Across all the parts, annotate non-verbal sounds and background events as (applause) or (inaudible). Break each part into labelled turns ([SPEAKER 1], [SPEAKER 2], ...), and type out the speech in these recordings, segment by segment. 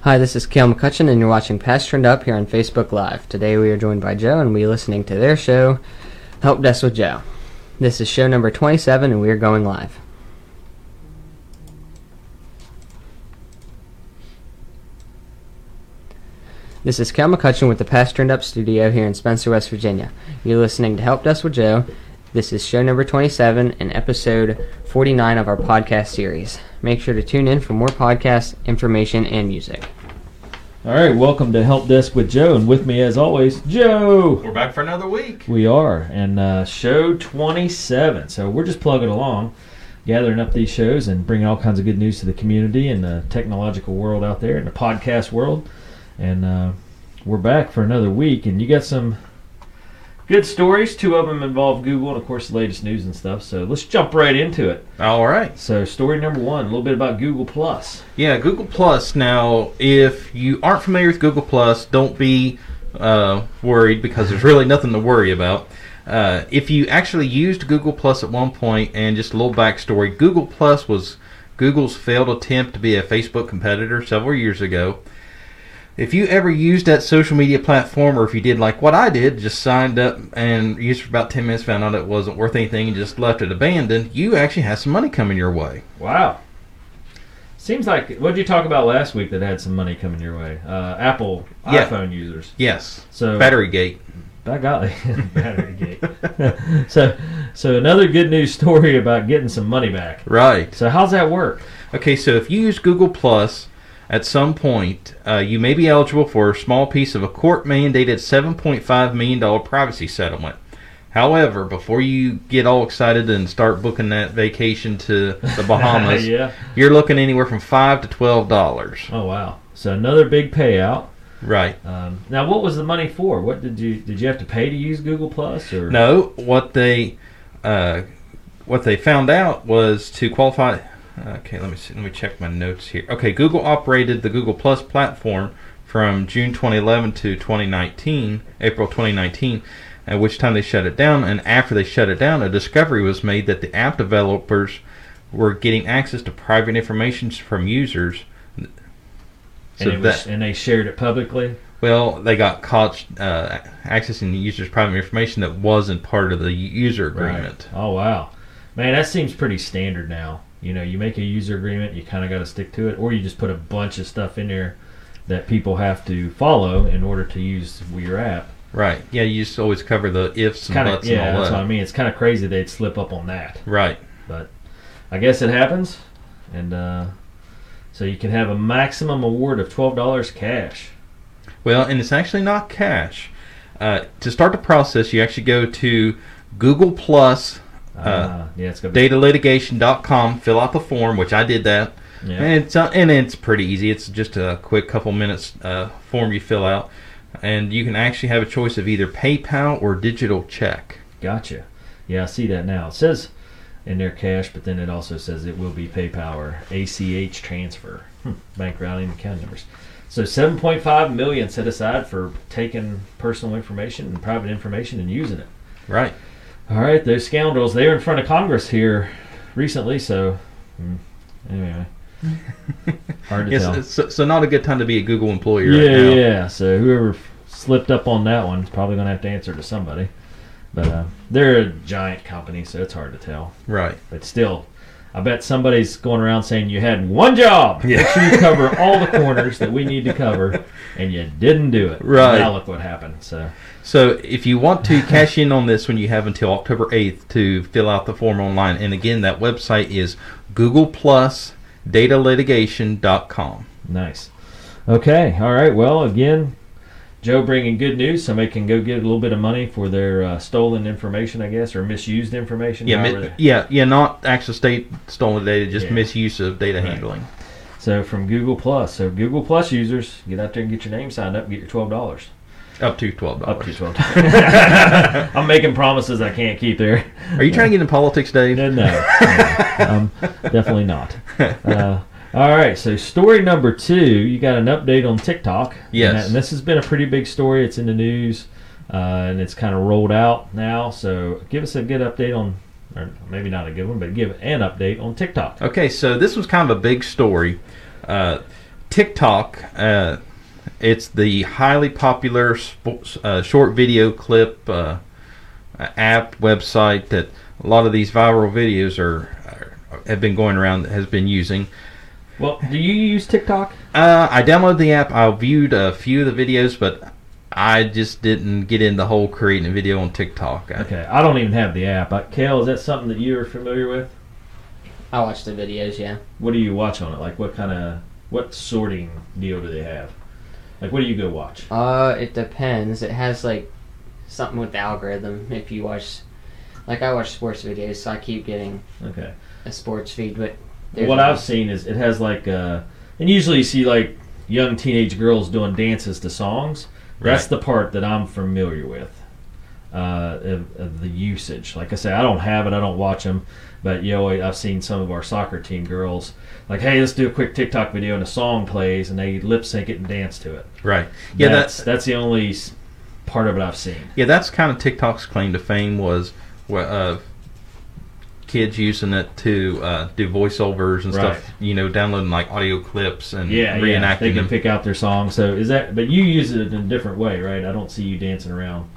[SPEAKER 1] Hi, this is Kale McCutcheon, and you're watching Past Turned Up here on Facebook Live. Today we are joined by Joe, and we're listening to their show, Help Desk with Joe. This is show number 27, and we are going live. This is Cal McCutcheon with the Past Turned Up studio here in Spencer, West Virginia. You're listening to Help Desk with Joe. This is show number 27 and episode 49 of our podcast series. Make sure to tune in for more podcasts, information, and music.
[SPEAKER 2] All right, welcome to Help Desk with Joe, and with me as always, Joe.
[SPEAKER 3] We're back for another week.
[SPEAKER 2] We are, and uh, show 27. So we're just plugging along, gathering up these shows and bringing all kinds of good news to the community and the technological world out there and the podcast world. And uh, we're back for another week, and you got some good stories. Two of them involve Google and, of course, the latest news and stuff. So let's jump right into it.
[SPEAKER 3] All right.
[SPEAKER 2] So, story number one, a little bit about Google Plus.
[SPEAKER 3] Yeah, Google Plus. Now, if you aren't familiar with Google Plus, don't be uh, worried because there's really nothing to worry about. Uh, if you actually used Google Plus at one point, and just a little backstory, Google Plus was Google's failed attempt to be a Facebook competitor several years ago. If you ever used that social media platform, or if you did like what I did, just signed up and used it for about 10 minutes, found out it wasn't worth anything, and just left it abandoned, you actually have some money coming your way.
[SPEAKER 2] Wow. Seems like what did you talk about last week that had some money coming your way? Uh, Apple
[SPEAKER 3] Yeah.
[SPEAKER 2] iPhone users.
[SPEAKER 3] Yes.
[SPEAKER 2] So
[SPEAKER 3] Battery gate.
[SPEAKER 2] by
[SPEAKER 3] (laughs)
[SPEAKER 2] golly, battery gate. (laughs) so so another good news story about getting some money back.
[SPEAKER 3] Right.
[SPEAKER 2] So how's that work?
[SPEAKER 3] Okay, so if you use Google Plus at some point, uh, you may be eligible for a small piece of a court mandated $7.5 million privacy settlement. However, before you get all excited and start booking that vacation
[SPEAKER 2] (laughs)
[SPEAKER 3] to the Bahamas,
[SPEAKER 2] yeah.
[SPEAKER 3] you're looking anywhere from 5 to $12.
[SPEAKER 2] Oh wow. So another big payout.
[SPEAKER 3] Right.
[SPEAKER 2] Um, now what was the money for? What did you did you have to pay to use Google Plus or
[SPEAKER 3] No, what they uh, what they found out was to qualify. Okay, let me see, let me check my notes here. Okay, Google operated the Google Plus platform from June 2011 to 2019, April 2019, at which time they shut it down. And after they shut it down, a discovery was made that the app developers were getting access to private information from users.
[SPEAKER 2] and, it was, and they shared it publicly?
[SPEAKER 3] Well, they got caught uh, accessing the user's private information that wasn't part of the user agreement.
[SPEAKER 2] Oh wow, man, that seems pretty standard now. You know, you make a user agreement, you kind of got to stick to it, or you just put a bunch of stuff in there that people have to follow in order to use your app.
[SPEAKER 3] Right. Yeah, you just always cover the ifs and
[SPEAKER 2] Kind of,
[SPEAKER 3] buts
[SPEAKER 2] yeah,
[SPEAKER 3] and all
[SPEAKER 2] that's what I
[SPEAKER 3] that.
[SPEAKER 2] mean. It's kind of crazy they'd slip up on that,
[SPEAKER 3] Right.
[SPEAKER 2] but I guess it happens. And uh, so you can have a maximum award of twelve dollars cash.
[SPEAKER 3] Well, and it's actually not cash. Uh, to start the process, you actually go to Google Plus
[SPEAKER 2] Uh,
[SPEAKER 3] Uh,
[SPEAKER 2] yeah, it's gonna be
[SPEAKER 3] datalitigation.com, fill out the form, which I did that.
[SPEAKER 2] yeah.
[SPEAKER 3] And it's uh, and it's pretty easy. It's just a quick couple minutes uh, form you fill out, and you can actually have a choice of either PayPal or digital check.
[SPEAKER 2] Gotcha. Yeah, I see that now. It says in their cash, but then it also says it will be PayPal or ACH transfer, Hmm, bank routing account numbers. So 7.5 million set aside for taking personal information and private information and using it.
[SPEAKER 3] Right.
[SPEAKER 2] All right, those scoundrels, they were in front of Congress here recently, so hmm, anyway.
[SPEAKER 3] (laughs)
[SPEAKER 2] Hard to
[SPEAKER 3] Yes.
[SPEAKER 2] tell.
[SPEAKER 3] So, so not a good time to be a Google employee
[SPEAKER 2] Yeah,
[SPEAKER 3] right now.
[SPEAKER 2] yeah. So whoever f- slipped up on that one is probably going to have to answer to somebody. But uh, they're a giant company, so it's hard to tell.
[SPEAKER 3] Right.
[SPEAKER 2] But still, I bet somebody's going around saying you had one job.
[SPEAKER 3] Yeah.
[SPEAKER 2] Make sure you cover all the corners that we need to cover, and you didn't do it.
[SPEAKER 3] Right.
[SPEAKER 2] Now look what happened. So
[SPEAKER 3] So, if you want to cash in on this one, you have until October 8th to fill out the form online. And again, that website is googleplusdatalitigation.com.
[SPEAKER 2] nice. Okay. All right. Well, again, Joe bringing good news. Somebody can go get a little bit of money for their uh, stolen information, I guess, or misused information.
[SPEAKER 3] Yeah,
[SPEAKER 2] however
[SPEAKER 3] mi-
[SPEAKER 2] they-
[SPEAKER 3] yeah, yeah, not actual state stolen data, just
[SPEAKER 2] Yeah.
[SPEAKER 3] misuse of data
[SPEAKER 2] Right.
[SPEAKER 3] handling.
[SPEAKER 2] So from Google Plus. So Google Plus users, get out there and get your name signed up. Get your twelve dollars.
[SPEAKER 3] Up to $12.
[SPEAKER 2] Up to twelve.
[SPEAKER 3] (laughs)
[SPEAKER 2] dollars (laughs) I'm making promises I can't keep there.
[SPEAKER 3] Are you trying to get into politics, Dave?
[SPEAKER 2] No, no, um, definitely not. Uh, all right, so story number two, you got an update on TikTok.
[SPEAKER 3] Yes.
[SPEAKER 2] and, that- and this has been a pretty big story. It's in the news, uh, and it's kind of rolled out now. So give us a good update on, or maybe not a good one, but give an update on TikTok.
[SPEAKER 3] Okay, so this was kind of a big story. Uh, TikTok, uh, it's the highly popular sports, uh, short video clip uh, app website that a lot of these viral videos are, are have been going around that has been using.
[SPEAKER 2] Well, do you use TikTok?
[SPEAKER 3] Uh, I downloaded the app. I viewed a few of the videos, but I just didn't get in the whole creating a video on TikTok. I-
[SPEAKER 2] Okay, I don't even have the app. I, Kale, is that something that you're familiar with?
[SPEAKER 1] I watch the videos, yeah.
[SPEAKER 2] What do you watch on it? Like, what kind of what sorting deal do they have? Like, what do you go watch?
[SPEAKER 1] Uh, it depends. It has like something with the algorithm. If you watch, like I watch sports videos, so I keep getting
[SPEAKER 2] Okay.
[SPEAKER 1] a sports feed. But there's
[SPEAKER 2] what
[SPEAKER 1] no-
[SPEAKER 2] I've seen is it has like, uh, and usually you see like young teenage girls doing dances to songs. That's
[SPEAKER 3] Right.
[SPEAKER 2] the part that I'm familiar with uh, of, of the usage. Like I say, I don't have it, I don't watch them, but you know, I've seen some of our soccer team girls like, hey, let's do a quick TikTok video and a song plays, and they lip sync it and dance to it.
[SPEAKER 3] Right. Yeah,
[SPEAKER 2] that's
[SPEAKER 3] that's,
[SPEAKER 2] that's the only s- part of it I've seen.
[SPEAKER 3] yeah, that's kind of TikTok's claim to fame was wh- uh, kids using it to uh, do voiceovers and
[SPEAKER 2] Right.
[SPEAKER 3] stuff. You know, downloading like audio clips and
[SPEAKER 2] Yeah, yeah, they
[SPEAKER 3] reenacting
[SPEAKER 2] can
[SPEAKER 3] them.
[SPEAKER 2] pick out their song. So is that? But you use it in a different way, right? I don't see you dancing around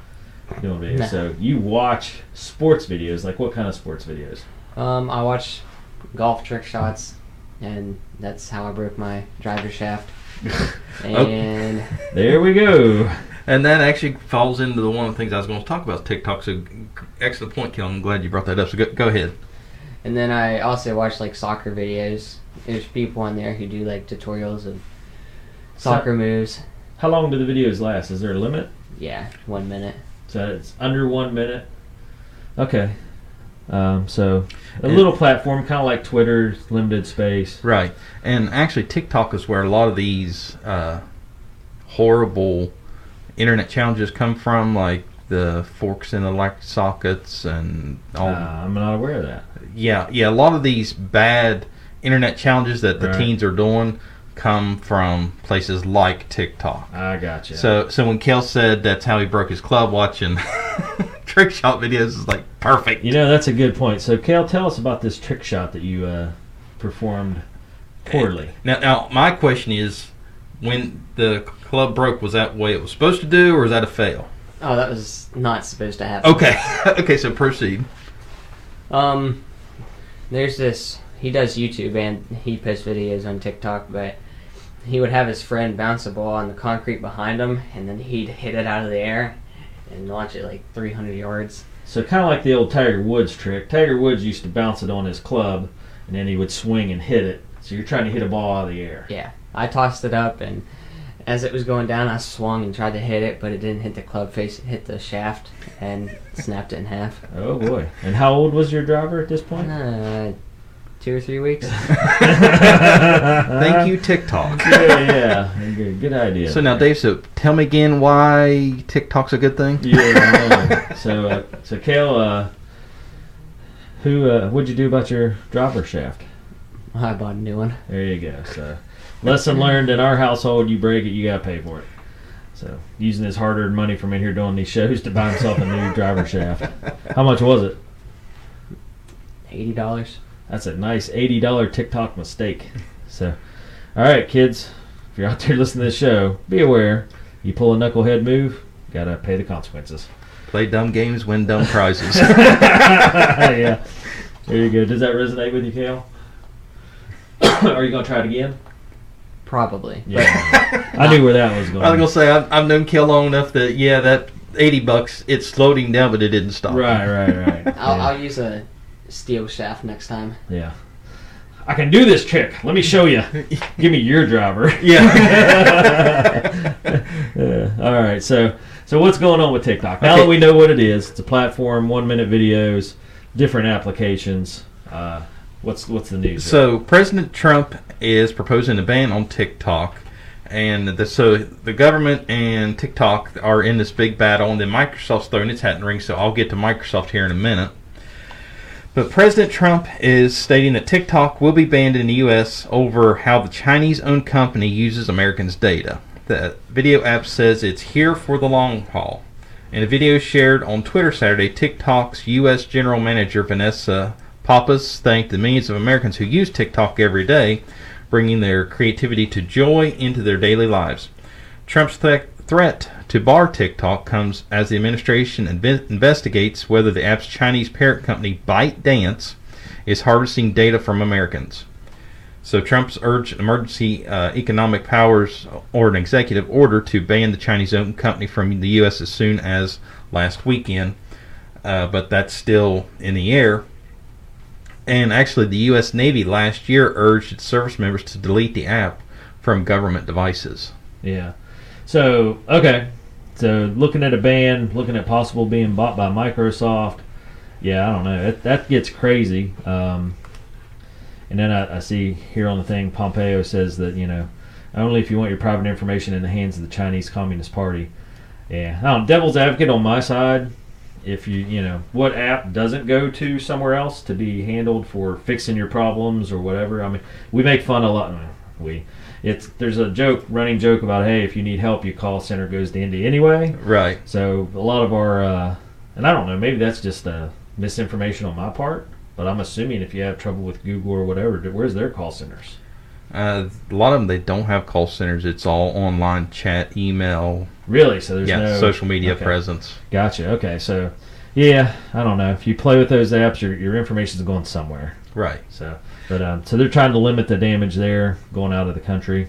[SPEAKER 2] doing videos.
[SPEAKER 1] No.
[SPEAKER 2] So you watch sports videos. Like what kind of sports videos?
[SPEAKER 1] Um, I watch golf trick shots, and that's how I broke my driver shaft. and
[SPEAKER 2] There we go.
[SPEAKER 3] And that actually falls into the one of the things I was going to talk about TikTok. So, g- excellent point, Kel. I'm glad you brought that up. So, go, go ahead.
[SPEAKER 1] and then I also watch like soccer videos. There's people on there who do like tutorials of soccer moves.
[SPEAKER 2] How long do the videos last? Is there a limit?
[SPEAKER 1] Yeah, one minute.
[SPEAKER 2] So it's under one minute. Okay. Um, so a little platform, kind of like Twitter, limited space.
[SPEAKER 3] Right. And actually, TikTok is where a lot of these uh, horrible internet challenges come from, like the forks in the light sockets and
[SPEAKER 2] Uh,
[SPEAKER 3] all.
[SPEAKER 2] I'm not aware of that.
[SPEAKER 3] yeah, yeah. A lot of these bad internet challenges that the
[SPEAKER 2] Right.
[SPEAKER 3] teens are doing come from places like TikTok.
[SPEAKER 2] I gotcha.
[SPEAKER 3] So, so when Kel said that's how he broke his club watching (laughs) trick shot videos, it's like perfect.
[SPEAKER 2] You know, that's a good point. So, Kale, tell us about this trick shot that you uh, performed poorly.
[SPEAKER 3] Now, now my question is, when the club broke, was that what it was supposed to do, or was that a fail?
[SPEAKER 1] Oh, that was not supposed to happen.
[SPEAKER 3] Okay, (laughs) okay.
[SPEAKER 2] (laughs)
[SPEAKER 3] So proceed.
[SPEAKER 1] Um, there's this. He does YouTube and he posts videos on TikTok, but he would have his friend bounce a ball on the concrete behind him, and then he'd hit it out of the air and launch it like 300 yards.
[SPEAKER 2] So, kind of like the old Tiger Woods trick. Tiger Woods used to bounce it on his club, and then he would swing and hit it. So, you're trying to hit a ball out of the air.
[SPEAKER 1] Yeah, I tossed it up, and as it was going down, I swung and tried to hit it, but it didn't hit the club face. It hit the shaft and (laughs) snapped it in half.
[SPEAKER 2] Oh, boy. And how old was your driver at this point?
[SPEAKER 1] Uh, two or three weeks. (laughs)
[SPEAKER 3] Thank you, TikTok.
[SPEAKER 2] yeah, yeah. Good, good idea.
[SPEAKER 3] So now, Dave, so tell me again why TikTok's a good thing.
[SPEAKER 2] Yeah, I know. so, uh, so Kale, uh, who, uh, what'd you do about your dropper shaft?
[SPEAKER 1] I bought a new one.
[SPEAKER 2] There you go. So, lesson learned in our household: you break it, you gotta pay for it. So, using his hard-earned money from in here doing these shows to buy himself a new driver shaft. How much was it?
[SPEAKER 1] Eighty dollars.
[SPEAKER 2] That's a nice eighty-dollar TikTok mistake. So, all right, kids, if you're out there listening to this show, be aware: you pull a knucklehead move, gotta pay the consequences. (laughs)
[SPEAKER 3] Play dumb games, win (laughs) dumb prizes.
[SPEAKER 2] yeah. There you go. Does that resonate with you, Kale? (coughs) Are you gonna try it again?
[SPEAKER 1] Probably.
[SPEAKER 2] Yeah. I knew where that was going.
[SPEAKER 3] I was gonna say I've, I've known Kel long enough that yeah, that eighty bucks it slowed him down, but it didn't stop. him.
[SPEAKER 2] Right, right, right.
[SPEAKER 1] I'll,
[SPEAKER 2] yeah.
[SPEAKER 1] I'll use a steel shaft next time.
[SPEAKER 2] Yeah. I can do this trick. Let me show
[SPEAKER 3] (laughs)
[SPEAKER 2] you. Give me your driver.
[SPEAKER 3] Yeah.
[SPEAKER 2] (laughs) Yeah. All right. So, so what's going on with TikTok? Now that
[SPEAKER 3] Okay.
[SPEAKER 2] we know what it is, it's a platform, one-minute videos, different applications. Uh, what's what's the news?
[SPEAKER 3] So President Trump is proposing a ban on TikTok, and the, so the government and TikTok are in this big battle, and then Microsoft's throwing its hat in the ring. So I'll get to Microsoft here in a minute. But President Trump is stating that TikTok will be banned in the U.S. over how the Chinese-owned company uses Americans' data. The video app says it's here for the long haul. In a video shared on Twitter Saturday, TikTok's U.S. General Manager Vanessa Pappas thanked the millions of Americans who use TikTok every day, bringing their creativity to joy into their daily lives. Trump's th- threat to bar TikTok comes as the administration inve- investigates whether the app's Chinese parent company ByteDance is harvesting data from Americans. So Trump's urged emergency uh, economic powers uh, or an executive order to ban the Chinese-owned company from the U.S. as soon as last weekend, uh, but that's still in the air. And actually, the U.S. Navy last year urged its service members to delete the app from government devices.
[SPEAKER 2] Yeah. So okay. So looking at a ban, looking at possible being bought by Microsoft. Yeah, I don't know. That, that gets crazy. Um, and then I, I see here on the thing, Pompeo says that you know only if you want your private information in the hands of the Chinese Communist Party. Yeah, I don't, devil's advocate on my side. If you you know what app doesn't go to somewhere else to be handled for fixing your problems or whatever. I mean, we make fun a lot. We it's there's a joke, running joke about hey, if you need help, your call center goes to Indy anyway.
[SPEAKER 3] Right.
[SPEAKER 2] So a lot of our, uh, and I don't know, maybe that's just uh, misinformation on my part, but I'm assuming if you have trouble with Google or whatever, th- where's their call centers?
[SPEAKER 3] Uh, a lot of them they don't have call centers. It's all online chat, email,
[SPEAKER 2] Really? So there's
[SPEAKER 3] yeah,
[SPEAKER 2] no
[SPEAKER 3] social media
[SPEAKER 2] okay.
[SPEAKER 3] presence.
[SPEAKER 2] Gotcha. Okay. So yeah, I don't know. If you play with those apps, your your information's going somewhere.
[SPEAKER 3] Right.
[SPEAKER 2] So, but um, so they're trying to limit the damage there going out of the country.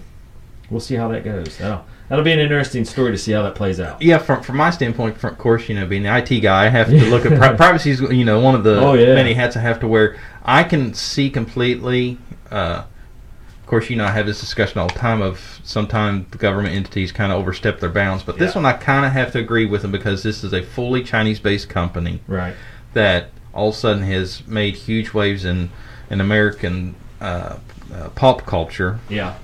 [SPEAKER 2] We'll see how that goes. That'll, that'll be an interesting story to see how that plays out.
[SPEAKER 3] Yeah, from from my standpoint, from, of course, you know, being the IT guy, I have to
[SPEAKER 2] (laughs)
[SPEAKER 3] look at pri- privacy. Is you know one of the
[SPEAKER 2] Oh, yeah.
[SPEAKER 3] many hats I have to wear. I can see completely. Uh, of course, you know, I have this discussion all the time of sometimes the government entities kind of overstep their bounds, but this
[SPEAKER 2] Yeah.
[SPEAKER 3] one I kind of have to agree with them because this is a fully Chinese-based company
[SPEAKER 2] Right.
[SPEAKER 3] that all of a sudden has made huge waves in in American uh, uh, pop culture
[SPEAKER 2] Yeah.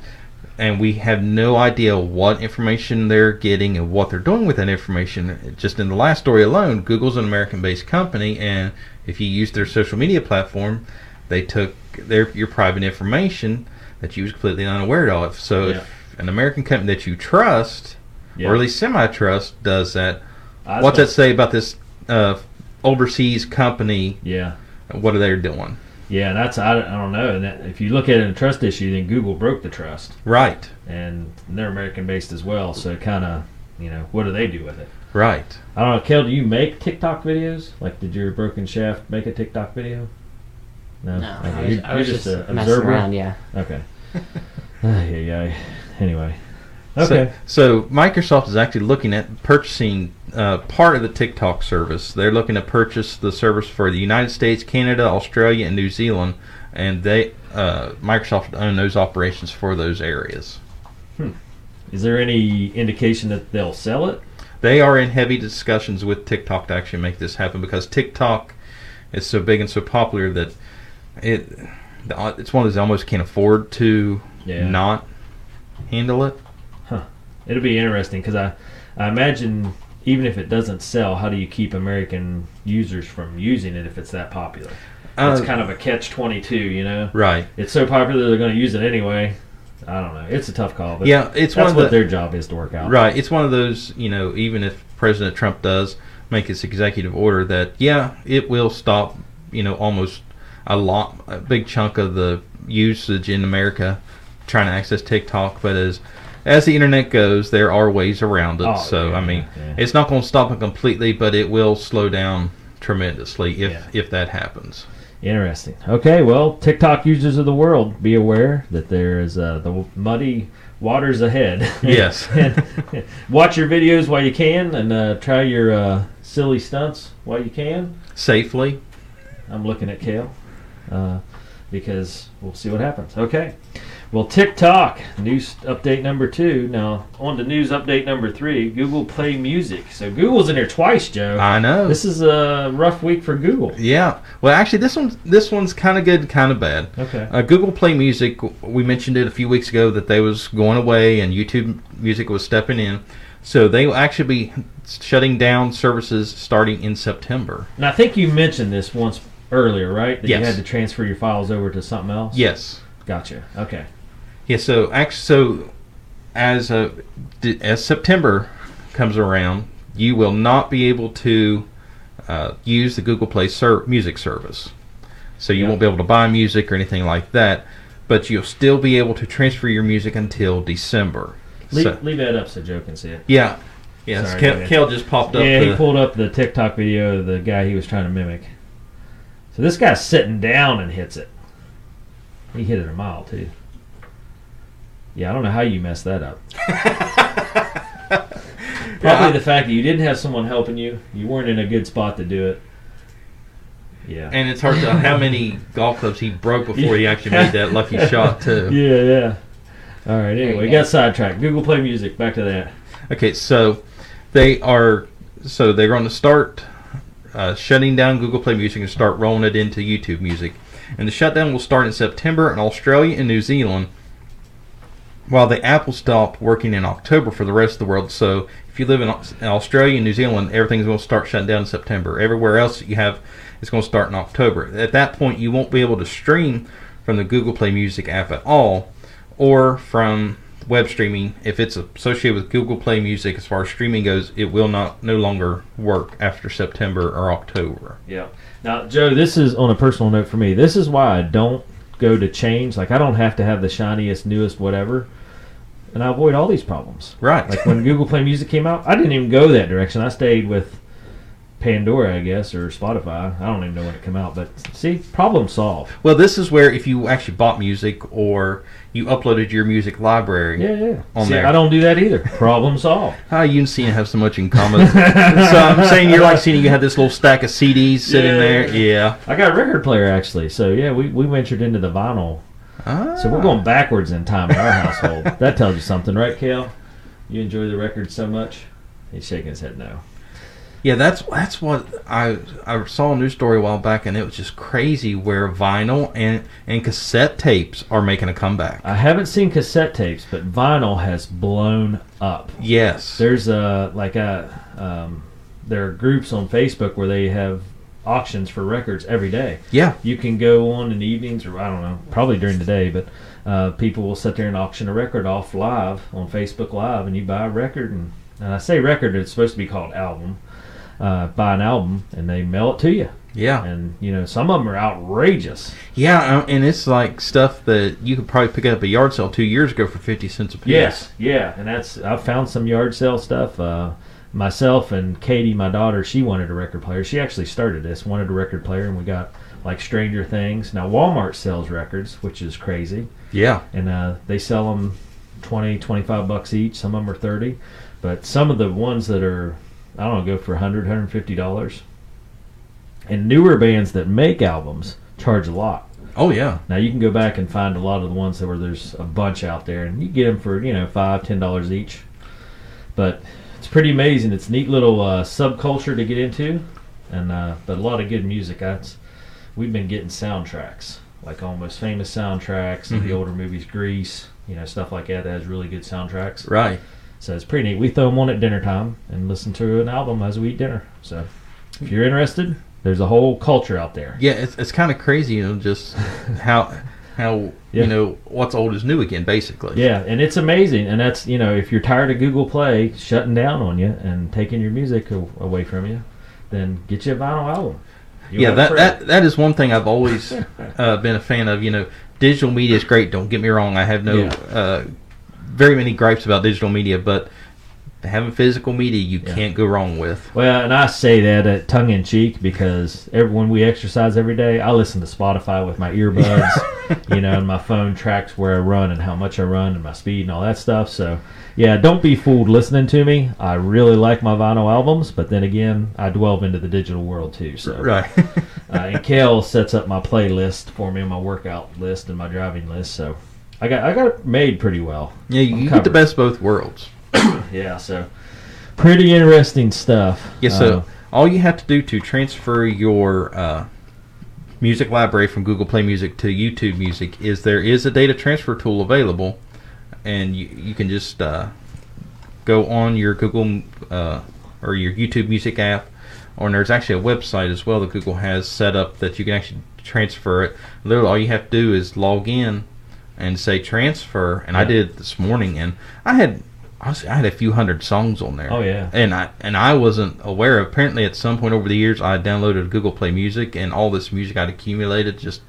[SPEAKER 3] and we have no idea what information they're getting and what they're doing with that information. Just in the last story alone, Google's an American-based company, and if you use their social media platform, they took their your private information that you was completely unaware of. So
[SPEAKER 2] Yeah.
[SPEAKER 3] if an American company that you trust,
[SPEAKER 2] Yeah.
[SPEAKER 3] or at least semi-trust, does that,
[SPEAKER 2] I
[SPEAKER 3] what's
[SPEAKER 2] suppose-
[SPEAKER 3] that say about this uh, overseas company?
[SPEAKER 2] Yeah.
[SPEAKER 3] What are they doing?
[SPEAKER 2] Yeah, that's I, I don't know. And that, if you look at it in a trust issue, then Google broke the trust,
[SPEAKER 3] Right,
[SPEAKER 2] and they're American based as well. So kind of, you know, what do they do with it?
[SPEAKER 3] right.
[SPEAKER 2] I don't know. Kel, do you make TikTok videos? Like, did your broken shaft make a TikTok video? No,
[SPEAKER 1] No,
[SPEAKER 2] Okay, uh,
[SPEAKER 1] I was,
[SPEAKER 2] you're,
[SPEAKER 1] I was
[SPEAKER 2] you're
[SPEAKER 1] just,
[SPEAKER 2] a
[SPEAKER 1] messing around. Yeah, (laughs)
[SPEAKER 2] Okay. yeah, yeah. Anyway. Okay.
[SPEAKER 3] So, so Microsoft is actually looking at purchasing uh, part of the TikTok service. They're looking to purchase the service for the United States, Canada, Australia, and New Zealand, and they uh, Microsoft would own those operations for those areas.
[SPEAKER 2] Is there any indication that they'll sell it?
[SPEAKER 3] They are in heavy discussions with TikTok to actually make this happen because TikTok is so big and so popular that it the- uh, it's one of those they almost can't afford to
[SPEAKER 2] Yeah.
[SPEAKER 3] not handle it.
[SPEAKER 2] It'll be interesting because I, I imagine even if it doesn't sell, how do you keep American users from using it if it's that popular? it's
[SPEAKER 3] Uh,
[SPEAKER 2] kind of a catch twenty two, you know.
[SPEAKER 3] right.
[SPEAKER 2] It's so popular they're going to use it anyway. I don't know. It's a tough call, but
[SPEAKER 3] Yeah,
[SPEAKER 2] that's
[SPEAKER 3] it's one of
[SPEAKER 2] what
[SPEAKER 3] the,
[SPEAKER 2] their job is to work out.
[SPEAKER 3] Right. It's one of those, you know, even if President Trump does make his executive order that, yeah, it will stop, you know, almost a lot, a big chunk of the usage in America trying to access TikTok. But as as the internet goes, there are ways around it.
[SPEAKER 2] Oh,
[SPEAKER 3] so,
[SPEAKER 2] yeah,
[SPEAKER 3] I mean,
[SPEAKER 2] yeah.
[SPEAKER 3] it's not going to stop it completely, but it will slow down tremendously if,
[SPEAKER 2] Yeah.
[SPEAKER 3] if that happens.
[SPEAKER 2] Interesting. Okay, well, TikTok users of the world, be aware that there is uh, the muddy waters ahead. (laughs)
[SPEAKER 3] Yes.
[SPEAKER 2] And watch your videos while you can, and uh, try your uh, silly stunts while you can.
[SPEAKER 3] Safely.
[SPEAKER 2] I'm looking at Kale uh, because we'll see what happens. Okay. Well, TikTok news update number two. Now on to news update number three. Google Play Music. So Google's in here twice, Joe.
[SPEAKER 3] I know.
[SPEAKER 2] this is a rough week for Google.
[SPEAKER 3] yeah. Well, actually, this one's, this one's kind of good, kind of bad.
[SPEAKER 2] Okay.
[SPEAKER 3] Uh, Google Play Music, we mentioned it a few weeks ago that they was going away and YouTube Music was stepping in. So they will actually be shutting down services starting in September.
[SPEAKER 2] And I think you mentioned this once earlier, right? That you
[SPEAKER 3] Yes.
[SPEAKER 2] had to transfer your files over to something else.
[SPEAKER 3] Yes.
[SPEAKER 2] Gotcha. Okay.
[SPEAKER 3] Yeah, so act so as uh, d- as September comes around, you will not be able to uh, use the Google Play ser- music service. So you
[SPEAKER 2] Yeah.
[SPEAKER 3] won't be able to buy music or anything like that. but you'll still be able to transfer your music until December.
[SPEAKER 2] Leave,
[SPEAKER 3] So-
[SPEAKER 2] leave that up so Joe can see it.
[SPEAKER 3] yeah. Yes,
[SPEAKER 2] Sorry, go
[SPEAKER 3] Kel,
[SPEAKER 2] ahead.
[SPEAKER 3] Kel just popped up.
[SPEAKER 2] Yeah, he
[SPEAKER 3] the-
[SPEAKER 2] pulled up the TikTok video of the guy he was trying to mimic. So this guy's sitting down and hits it. He hit it a mile too. Yeah, I don't know how you messed that
[SPEAKER 3] (laughs)
[SPEAKER 2] up. Probably
[SPEAKER 3] Yeah.
[SPEAKER 2] the fact that you didn't have someone helping you. You weren't in a good spot to do it. Yeah.
[SPEAKER 3] and it's hard
[SPEAKER 2] (laughs)
[SPEAKER 3] to how many golf clubs he broke before he actually made that lucky shot too.
[SPEAKER 2] yeah, yeah. All right.
[SPEAKER 1] you
[SPEAKER 2] Anyway,
[SPEAKER 1] go.
[SPEAKER 2] got sidetracked. Google Play Music. Back to that.
[SPEAKER 3] Okay, so they are so they're going to start uh, shutting down Google Play Music and start rolling it into YouTube Music, and the shutdown will start in September in Australia and New Zealand, while the Apple stopped working in October for the rest of the world. So if you live in Aus- in Australia and New Zealand, everything's going to start shutting down in September. Everywhere else that you have, it's going to start in October. At that point, you won't be able to stream from the Google Play Music app at all, or from web streaming. If it's associated with Google Play Music, as far as streaming goes, it will not no longer work after September or October.
[SPEAKER 2] Yeah. Now, Joe, this is on a personal note for me. This is why I don't go to change. Like, I don't have to have the shiniest, newest, whatever. And I avoid all these problems.
[SPEAKER 3] Right.
[SPEAKER 2] Like,
[SPEAKER 3] (laughs)
[SPEAKER 2] when Google Play Music came out, I didn't even go that direction. I stayed with Pandora, I guess, or Spotify. I don't even know when it came out. But see, problem solved.
[SPEAKER 3] Well, this is where if you actually bought music or you uploaded your music library,
[SPEAKER 2] Yeah, yeah.
[SPEAKER 3] On
[SPEAKER 2] see,
[SPEAKER 3] there.
[SPEAKER 2] I don't do that either. Problem solved.
[SPEAKER 3] how Ah, you and Cena have so much
[SPEAKER 2] (laughs)
[SPEAKER 3] in common. so I'm saying you're like Cena. You had this little stack of CDs sitting
[SPEAKER 2] Yeah.
[SPEAKER 3] there. Yeah.
[SPEAKER 2] I got a record player, actually. So, yeah, we, we ventured into the vinyl.
[SPEAKER 3] Ah.
[SPEAKER 2] So we're going backwards in time in our household. That tells you something, right, Kale? You enjoy the record so much? He's shaking his head no.
[SPEAKER 3] Yeah, that's that's what I I saw a news story a while back, and it was just crazy where vinyl and and cassette tapes are making a comeback.
[SPEAKER 2] I haven't seen cassette tapes, but vinyl has blown up.
[SPEAKER 3] Yes.
[SPEAKER 2] There's a like a um, there are groups on Facebook where they have auctions for records every day.
[SPEAKER 3] Yeah.
[SPEAKER 2] You can go on in the evenings, or I don't know, probably during the day, but uh, people will sit there and auction a record off live on Facebook Live, and you buy a record, and, and I say record, it's supposed to be called album. Uh, buy an album, and they mail it to you,
[SPEAKER 3] Yeah.
[SPEAKER 2] and you know some of them are outrageous.
[SPEAKER 3] Yeah, uh, and it's like stuff that you could probably pick up at a yard sale two years ago for fifty cents a piece.
[SPEAKER 2] Yes, yeah, and that's I found some yard sale stuff. Uh, myself and Katie, my daughter, she wanted a record player. She actually started this, wanted a record player, and we got like Stranger Things. Now Walmart sells records, which is crazy,
[SPEAKER 3] Yeah.
[SPEAKER 2] and uh, they sell them 20, 25 bucks each. Some of them are thirty, but some of the ones that are I don't know go for 100 150 dollars. And newer bands that make albums charge a lot.
[SPEAKER 3] Oh yeah.
[SPEAKER 2] Now you can go back and find a lot of the ones that were there's a bunch out there, and you get them for you know five ten dollars each. But it's pretty amazing. It's a neat little uh, subculture to get into, and uh, but a lot of good music. That's we've been getting soundtracks like almost famous soundtracks of the
[SPEAKER 3] Mhm.
[SPEAKER 2] older movies, Grease, you know stuff like that that has really good soundtracks.
[SPEAKER 3] Right.
[SPEAKER 2] So it's pretty neat. We throw them on at dinner time and listen to an album as we eat dinner. So if you're interested, there's a whole culture out there.
[SPEAKER 3] Yeah, it's it's kind of crazy, you know, just (laughs) how how
[SPEAKER 2] Yeah.
[SPEAKER 3] you know what's old is new again, basically.
[SPEAKER 2] Yeah, and it's amazing. And that's you know, if you're tired of Google Play shutting down on you and taking your music a- away from you, then get you a vinyl album. You
[SPEAKER 3] yeah,
[SPEAKER 2] won't
[SPEAKER 3] that,
[SPEAKER 2] fret.
[SPEAKER 3] that that is one thing
[SPEAKER 2] (laughs)
[SPEAKER 3] I've always uh, been a fan of. You know, digital media is great. Don't get me wrong. I have no
[SPEAKER 2] Yeah.
[SPEAKER 3] uh, very many gripes about digital media, but having physical media, you
[SPEAKER 2] Yeah.
[SPEAKER 3] can't go wrong with.
[SPEAKER 2] Well, and I say that uh, tongue in cheek because every, when we exercise every day, I listen to Spotify with my
[SPEAKER 3] (laughs)
[SPEAKER 2] earbuds, you know, and my phone tracks where I run and how much I run and my speed and all that stuff. So, yeah, don't be fooled listening to me. I really like my vinyl albums, but then again, I delve into the digital world too. So,
[SPEAKER 3] Right. (laughs)
[SPEAKER 2] uh, and Kale sets up my playlist for me, my workout list and my driving list. So I got I got it made pretty well.
[SPEAKER 3] yeah, you
[SPEAKER 2] I'm
[SPEAKER 3] get the
[SPEAKER 2] covered.
[SPEAKER 3] best of both worlds.
[SPEAKER 2] Yeah, so pretty interesting stuff.
[SPEAKER 3] Yeah.
[SPEAKER 2] Uh,
[SPEAKER 3] So all you have to do to transfer your uh, music library from Google Play Music to YouTube Music is there is a data transfer tool available, and you you can just uh, go on your Google uh, or your YouTube Music app, or there's actually a website as well that Google has set up that you can actually transfer it. Literally, all you have to do is log in and say transfer, and I
[SPEAKER 2] Yeah.
[SPEAKER 3] did it this morning, and I had. Honestly, I had a few hundred songs on there.
[SPEAKER 2] Oh, yeah.
[SPEAKER 3] and I and I wasn't aware. Apparently, at some point over the years, I downloaded Google Play Music, and all this music I'd accumulated just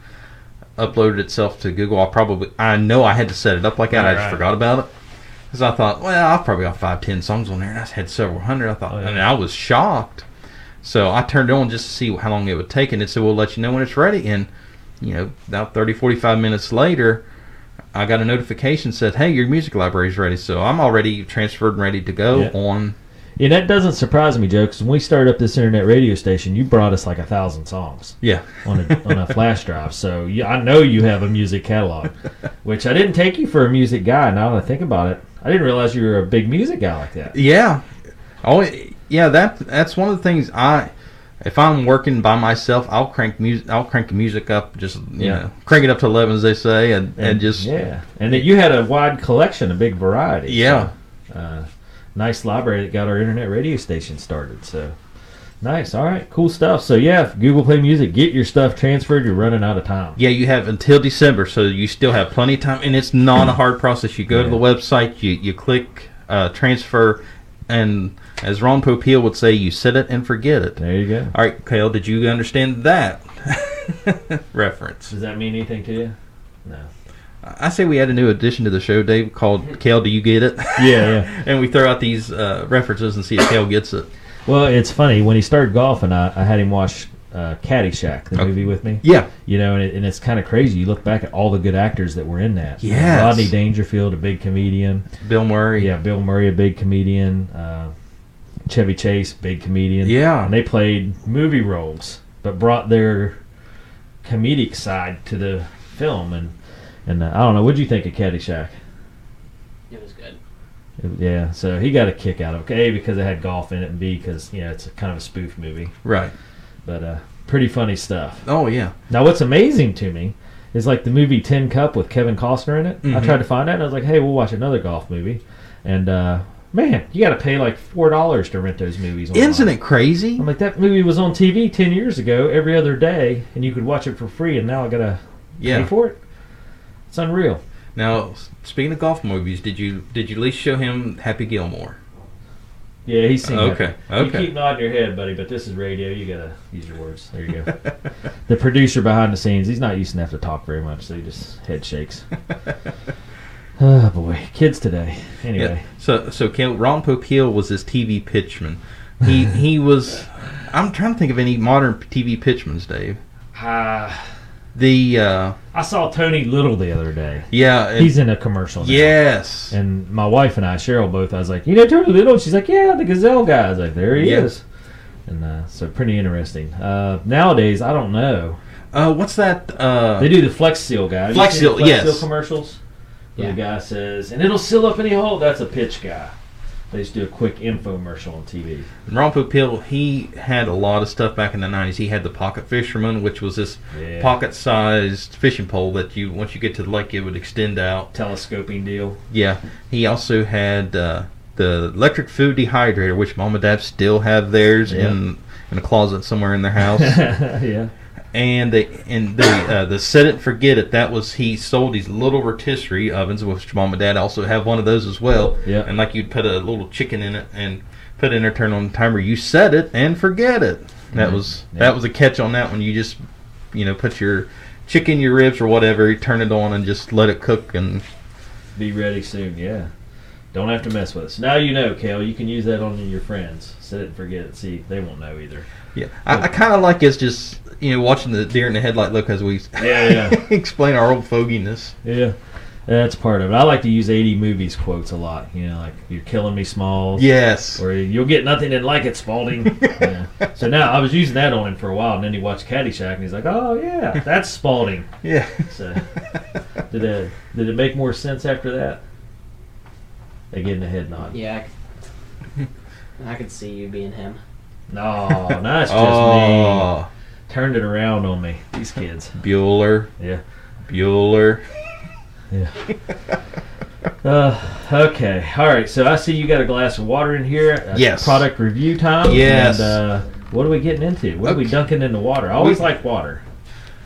[SPEAKER 3] uploaded itself to Google. I probably I know I had to set it up like that. I
[SPEAKER 2] Right.
[SPEAKER 3] just forgot about it because I thought, well, I've probably got five, ten songs on there, and I had several hundred. I thought,
[SPEAKER 2] Oh, yeah.
[SPEAKER 3] and I was shocked. So I turned it on just to see how long it would take, and it said, "We'll let you know when it's ready." And you know, about 30, 45 minutes later, I got a notification said, "Hey, your music library is ready." So I'm already transferred and ready to go
[SPEAKER 2] Yeah.
[SPEAKER 3] on.
[SPEAKER 2] Yeah, that doesn't surprise me, Joe. Because when we started up this internet radio station, you brought us like a thousand songs
[SPEAKER 3] Yeah,
[SPEAKER 2] on a,
[SPEAKER 3] (laughs)
[SPEAKER 2] on a flash drive. So you, I know you have a music catalog, which I didn't take you for a music guy. Now that I think about it, I didn't realize you were a big music guy like that.
[SPEAKER 3] Yeah. Oh, yeah. That that's one of the things I. If I'm working by myself, I'll crank music. I'll crank the music up, just you
[SPEAKER 2] Yeah.
[SPEAKER 3] know, crank it up to eleven, as they say, and, and, just yeah,
[SPEAKER 2] yeah, and that you had a wide collection, a big variety. So, uh, nice library that got our internet radio station started. So nice. All right, cool stuff. So yeah, if Google Play Music, get your stuff transferred. You're running out of time.
[SPEAKER 3] yeah. You have until December, so you still have plenty of time, and it's not a hard process. You go to
[SPEAKER 2] Yeah.
[SPEAKER 3] the website, you you click uh, transfer, and as Ron Popeil would say, you set it and forget it.
[SPEAKER 2] There you go.
[SPEAKER 3] All right, Kale, did you understand that (laughs) reference?
[SPEAKER 2] Does that mean anything to you? No.
[SPEAKER 3] I say we add a new addition to the show, Dave, called Kale. Do you get it?
[SPEAKER 2] Yeah, yeah.
[SPEAKER 3] and we throw out these uh, references and see if Kale gets it.
[SPEAKER 2] (laughs) Well, it's funny when he started golfing. I, I had him watch uh, Caddyshack, the
[SPEAKER 3] Okay.
[SPEAKER 2] movie with me.
[SPEAKER 3] Yeah,
[SPEAKER 2] You know, and, it, and it's kind of crazy. You look back at all the good actors that were in that. Uh,
[SPEAKER 3] Yes.
[SPEAKER 2] Rodney Dangerfield, a big comedian.
[SPEAKER 3] Bill Murray.
[SPEAKER 2] Yeah, Bill Murray, a big comedian. Uh, Chevy Chase, big comedian.
[SPEAKER 3] Yeah.
[SPEAKER 2] and Uh, they played movie roles, but brought their comedic side to the film. And and uh, I don't know, what do you think of Caddyshack?
[SPEAKER 1] It was good.
[SPEAKER 2] Yeah, so he got a kick out of it. A because it had golf in it, and B because you know it's a kind of a spoof movie,
[SPEAKER 3] right.
[SPEAKER 2] but uh, pretty funny stuff.
[SPEAKER 3] Oh yeah.
[SPEAKER 2] Now, what's amazing to me is like the movie Tin Cup with Kevin Costner in it. I
[SPEAKER 3] Mhm.
[SPEAKER 2] tried to find that, and I was like, "Hey, we'll watch another golf movie," and uh, man, you got to pay like four dollars to rent those movies. online.
[SPEAKER 3] Isn't it crazy?
[SPEAKER 2] I'm like, that movie was on TV ten years ago, every other day, and you could watch it for free, and now I gotta pay
[SPEAKER 3] Yeah.
[SPEAKER 2] for it. It's unreal.
[SPEAKER 3] Now s- speaking of golf movies, did you did you at least show him Happy (laughs) Gilmore?
[SPEAKER 2] Yeah, he's seen that.
[SPEAKER 3] Okay.
[SPEAKER 2] You
[SPEAKER 3] Okay.
[SPEAKER 2] keep nodding your head, buddy, but this is radio. You gotta use your words. There you go. (laughs) the producer behind the scenes, he's not used to have to talk very much, so he just head
[SPEAKER 3] (laughs)
[SPEAKER 2] shakes. (sighs) oh boy, kids today. Anyway,
[SPEAKER 3] So so Kale, Ron Popeil was his TV pitchman. (laughs) He he was. I'm trying to think of any modern TV pitchmans, Dave.
[SPEAKER 2] Ah,
[SPEAKER 3] The uh,
[SPEAKER 2] I saw Tony Little the other day.
[SPEAKER 3] yeah it-
[SPEAKER 2] He's in a commercial. Now.
[SPEAKER 3] yes
[SPEAKER 2] And my wife and I, Cheryl, both. I was like, you know, Tony Little. And she's like, yeah, the Gazelle guy. I was like, there he
[SPEAKER 3] Yeah.
[SPEAKER 2] is. And uh, so pretty interesting. Uh, nowadays, I don't know.
[SPEAKER 3] uh, what's that uh,
[SPEAKER 2] They do the Flex Seal guy. Have you
[SPEAKER 3] Flex
[SPEAKER 2] seen
[SPEAKER 3] Seal,
[SPEAKER 2] the Flex
[SPEAKER 3] yes.
[SPEAKER 2] Seal commercials. Where
[SPEAKER 1] Yeah.
[SPEAKER 2] The guy says, and it'll seal up any hole. That's a pitch guy. They just do a quick infomercial on TV.
[SPEAKER 3] Ron Popeil, he had a lot of stuff back in the '90s. He had the pocket fisherman, which was this
[SPEAKER 2] Yeah.
[SPEAKER 3] pocket-sized fishing pole that you, once you get to the lake, it would extend out.
[SPEAKER 2] Telescoping
[SPEAKER 3] (laughs)
[SPEAKER 2] deal.
[SPEAKER 3] Yeah. He also had uh, the electric food dehydrator, which mom and dad still have theirs
[SPEAKER 2] Yeah.
[SPEAKER 3] in in a closet somewhere in their
[SPEAKER 2] (laughs)
[SPEAKER 3] house.
[SPEAKER 2] yeah.
[SPEAKER 3] and they and the uh, the set it and forget it. That was he sold these little rotisserie ovens, which mom and dad also have one of those as well.
[SPEAKER 2] Yeah.
[SPEAKER 3] And like you'd put a little chicken in it and put it in there, turn on the timer. You set it and forget it. That was
[SPEAKER 2] Mm-hmm. Yeah.
[SPEAKER 3] that was a catch on that one. You just you know put your chicken, your ribs or whatever, you turn it on and just let it cook. And
[SPEAKER 2] Be ready soon. Yeah. Don't have to mess with us. Now you know, Kale. You can use that on your friends. Set it and forget it. See, they won't know either.
[SPEAKER 3] yeah, I, I kind of like it's just you know watching the deer in the headlight look as we
[SPEAKER 2] Yeah, yeah.
[SPEAKER 3] (laughs) explain our old foginess.
[SPEAKER 2] Yeah, that's part of it. I like to use 80 movies quotes a lot. You know, like, you're killing me, Smalls.
[SPEAKER 3] Yes.
[SPEAKER 2] Or you'll get nothing and like it, Spalding. yeah. So now I was using that on him for a while, and then he watched Caddyshack, and he's like, oh, yeah, that's Spalding.
[SPEAKER 3] Yeah. (laughs)
[SPEAKER 2] So did it, did it make more sense after that? Again, the head nod.
[SPEAKER 1] Yeah. I could see you being him.
[SPEAKER 2] No, no, it's just me.
[SPEAKER 3] Oh,
[SPEAKER 2] Turned it around on me, these kids.
[SPEAKER 3] Bueller.
[SPEAKER 2] Yeah.
[SPEAKER 3] Bueller.
[SPEAKER 2] Uh, okay. All right. So I see you got a glass of water in here. Uh,
[SPEAKER 3] Yes.
[SPEAKER 2] Product review time.
[SPEAKER 3] Yes.
[SPEAKER 2] And, uh, what are we getting into? What are we
[SPEAKER 3] Okay.
[SPEAKER 2] dunking in the water? I always
[SPEAKER 3] We-
[SPEAKER 2] like water.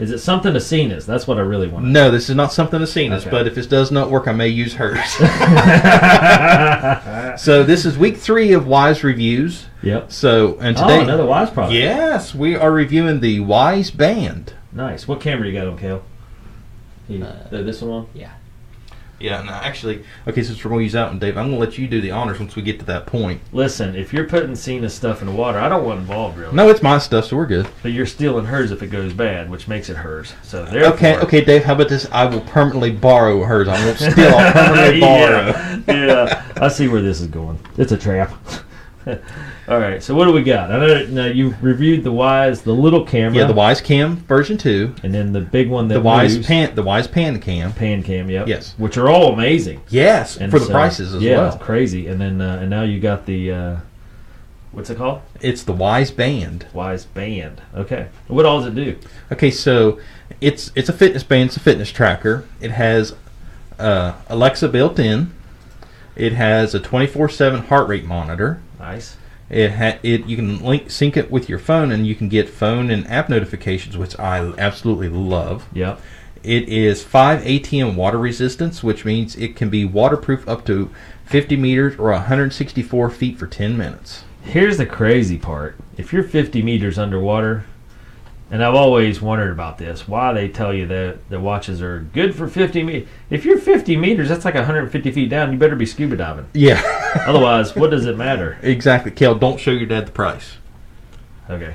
[SPEAKER 2] Is it something to seen us? That's what I really want.
[SPEAKER 3] No, this is not something to see us,
[SPEAKER 2] Okay.
[SPEAKER 3] but if this does not work, I may use hers. (laughs) so this is week three of Wise Reviews.
[SPEAKER 2] (laughs) yep.
[SPEAKER 3] So and
[SPEAKER 2] oh,
[SPEAKER 3] today,
[SPEAKER 2] another wise product.
[SPEAKER 3] yes, we are reviewing the Wise Band.
[SPEAKER 2] Nice. What camera you got on, Kale? He
[SPEAKER 1] Uh,
[SPEAKER 2] throw this one on.
[SPEAKER 1] Yeah.
[SPEAKER 3] Yeah, no, actually, okay, since we're going to use that one, Dave, I'm going to let you do the honors once we get to that point.
[SPEAKER 2] Listen, if you're putting Cena's stuff in the water, I don't want involved really.
[SPEAKER 3] No, it's my stuff, so we're good.
[SPEAKER 2] But you're stealing hers if it goes bad, which makes it hers. So there.
[SPEAKER 3] Okay, okay, Dave, how about this? I will permanently borrow hers. I won't steal,
[SPEAKER 2] (laughs)
[SPEAKER 3] I'll permanently borrow.
[SPEAKER 2] yeah, yeah, I see where this is going. It's a trap. (laughs) All right, so what do we got? I know now you reviewed the Wise, the little camera,
[SPEAKER 3] Yeah, the Wise Cam version 2,
[SPEAKER 2] and then the big one that
[SPEAKER 3] the Wise
[SPEAKER 2] moves,
[SPEAKER 3] Pan, the Wise Pan Cam.
[SPEAKER 2] pan cam. Yep.
[SPEAKER 3] Yes.
[SPEAKER 2] which are all amazing.
[SPEAKER 3] Yes,
[SPEAKER 2] And
[SPEAKER 3] for the
[SPEAKER 2] so-
[SPEAKER 3] prices as
[SPEAKER 2] yeah,
[SPEAKER 3] well.
[SPEAKER 2] it's crazy. And then uh, and now you got the uh, what's it called?
[SPEAKER 3] It's the Wise Band.
[SPEAKER 2] Wise Band. Okay, what all does it do?
[SPEAKER 3] Okay, so it's it's a fitness band. It's a fitness tracker. It has uh, Alexa built in. It has a 24/7 heart rate monitor.
[SPEAKER 2] Nice.
[SPEAKER 3] It ha- it you can link sync it with your phone, and you can get phone and app notifications, which I absolutely love.
[SPEAKER 2] Yep.
[SPEAKER 3] It is five ATM water resistance, which means it can be waterproof up to 50 meters or 164 feet for 10 minutes.
[SPEAKER 2] Here's the crazy part. If you're 50 meters underwater, and I've always wondered about this, why they tell you that the watches are good for 50 meters. If you're 50 meters, that's like 150 feet down. You better be scuba diving.
[SPEAKER 3] (laughs) Yeah,
[SPEAKER 2] Otherwise, what does it matter?
[SPEAKER 3] exactly. Kel, don't show your dad the price.
[SPEAKER 2] Okay.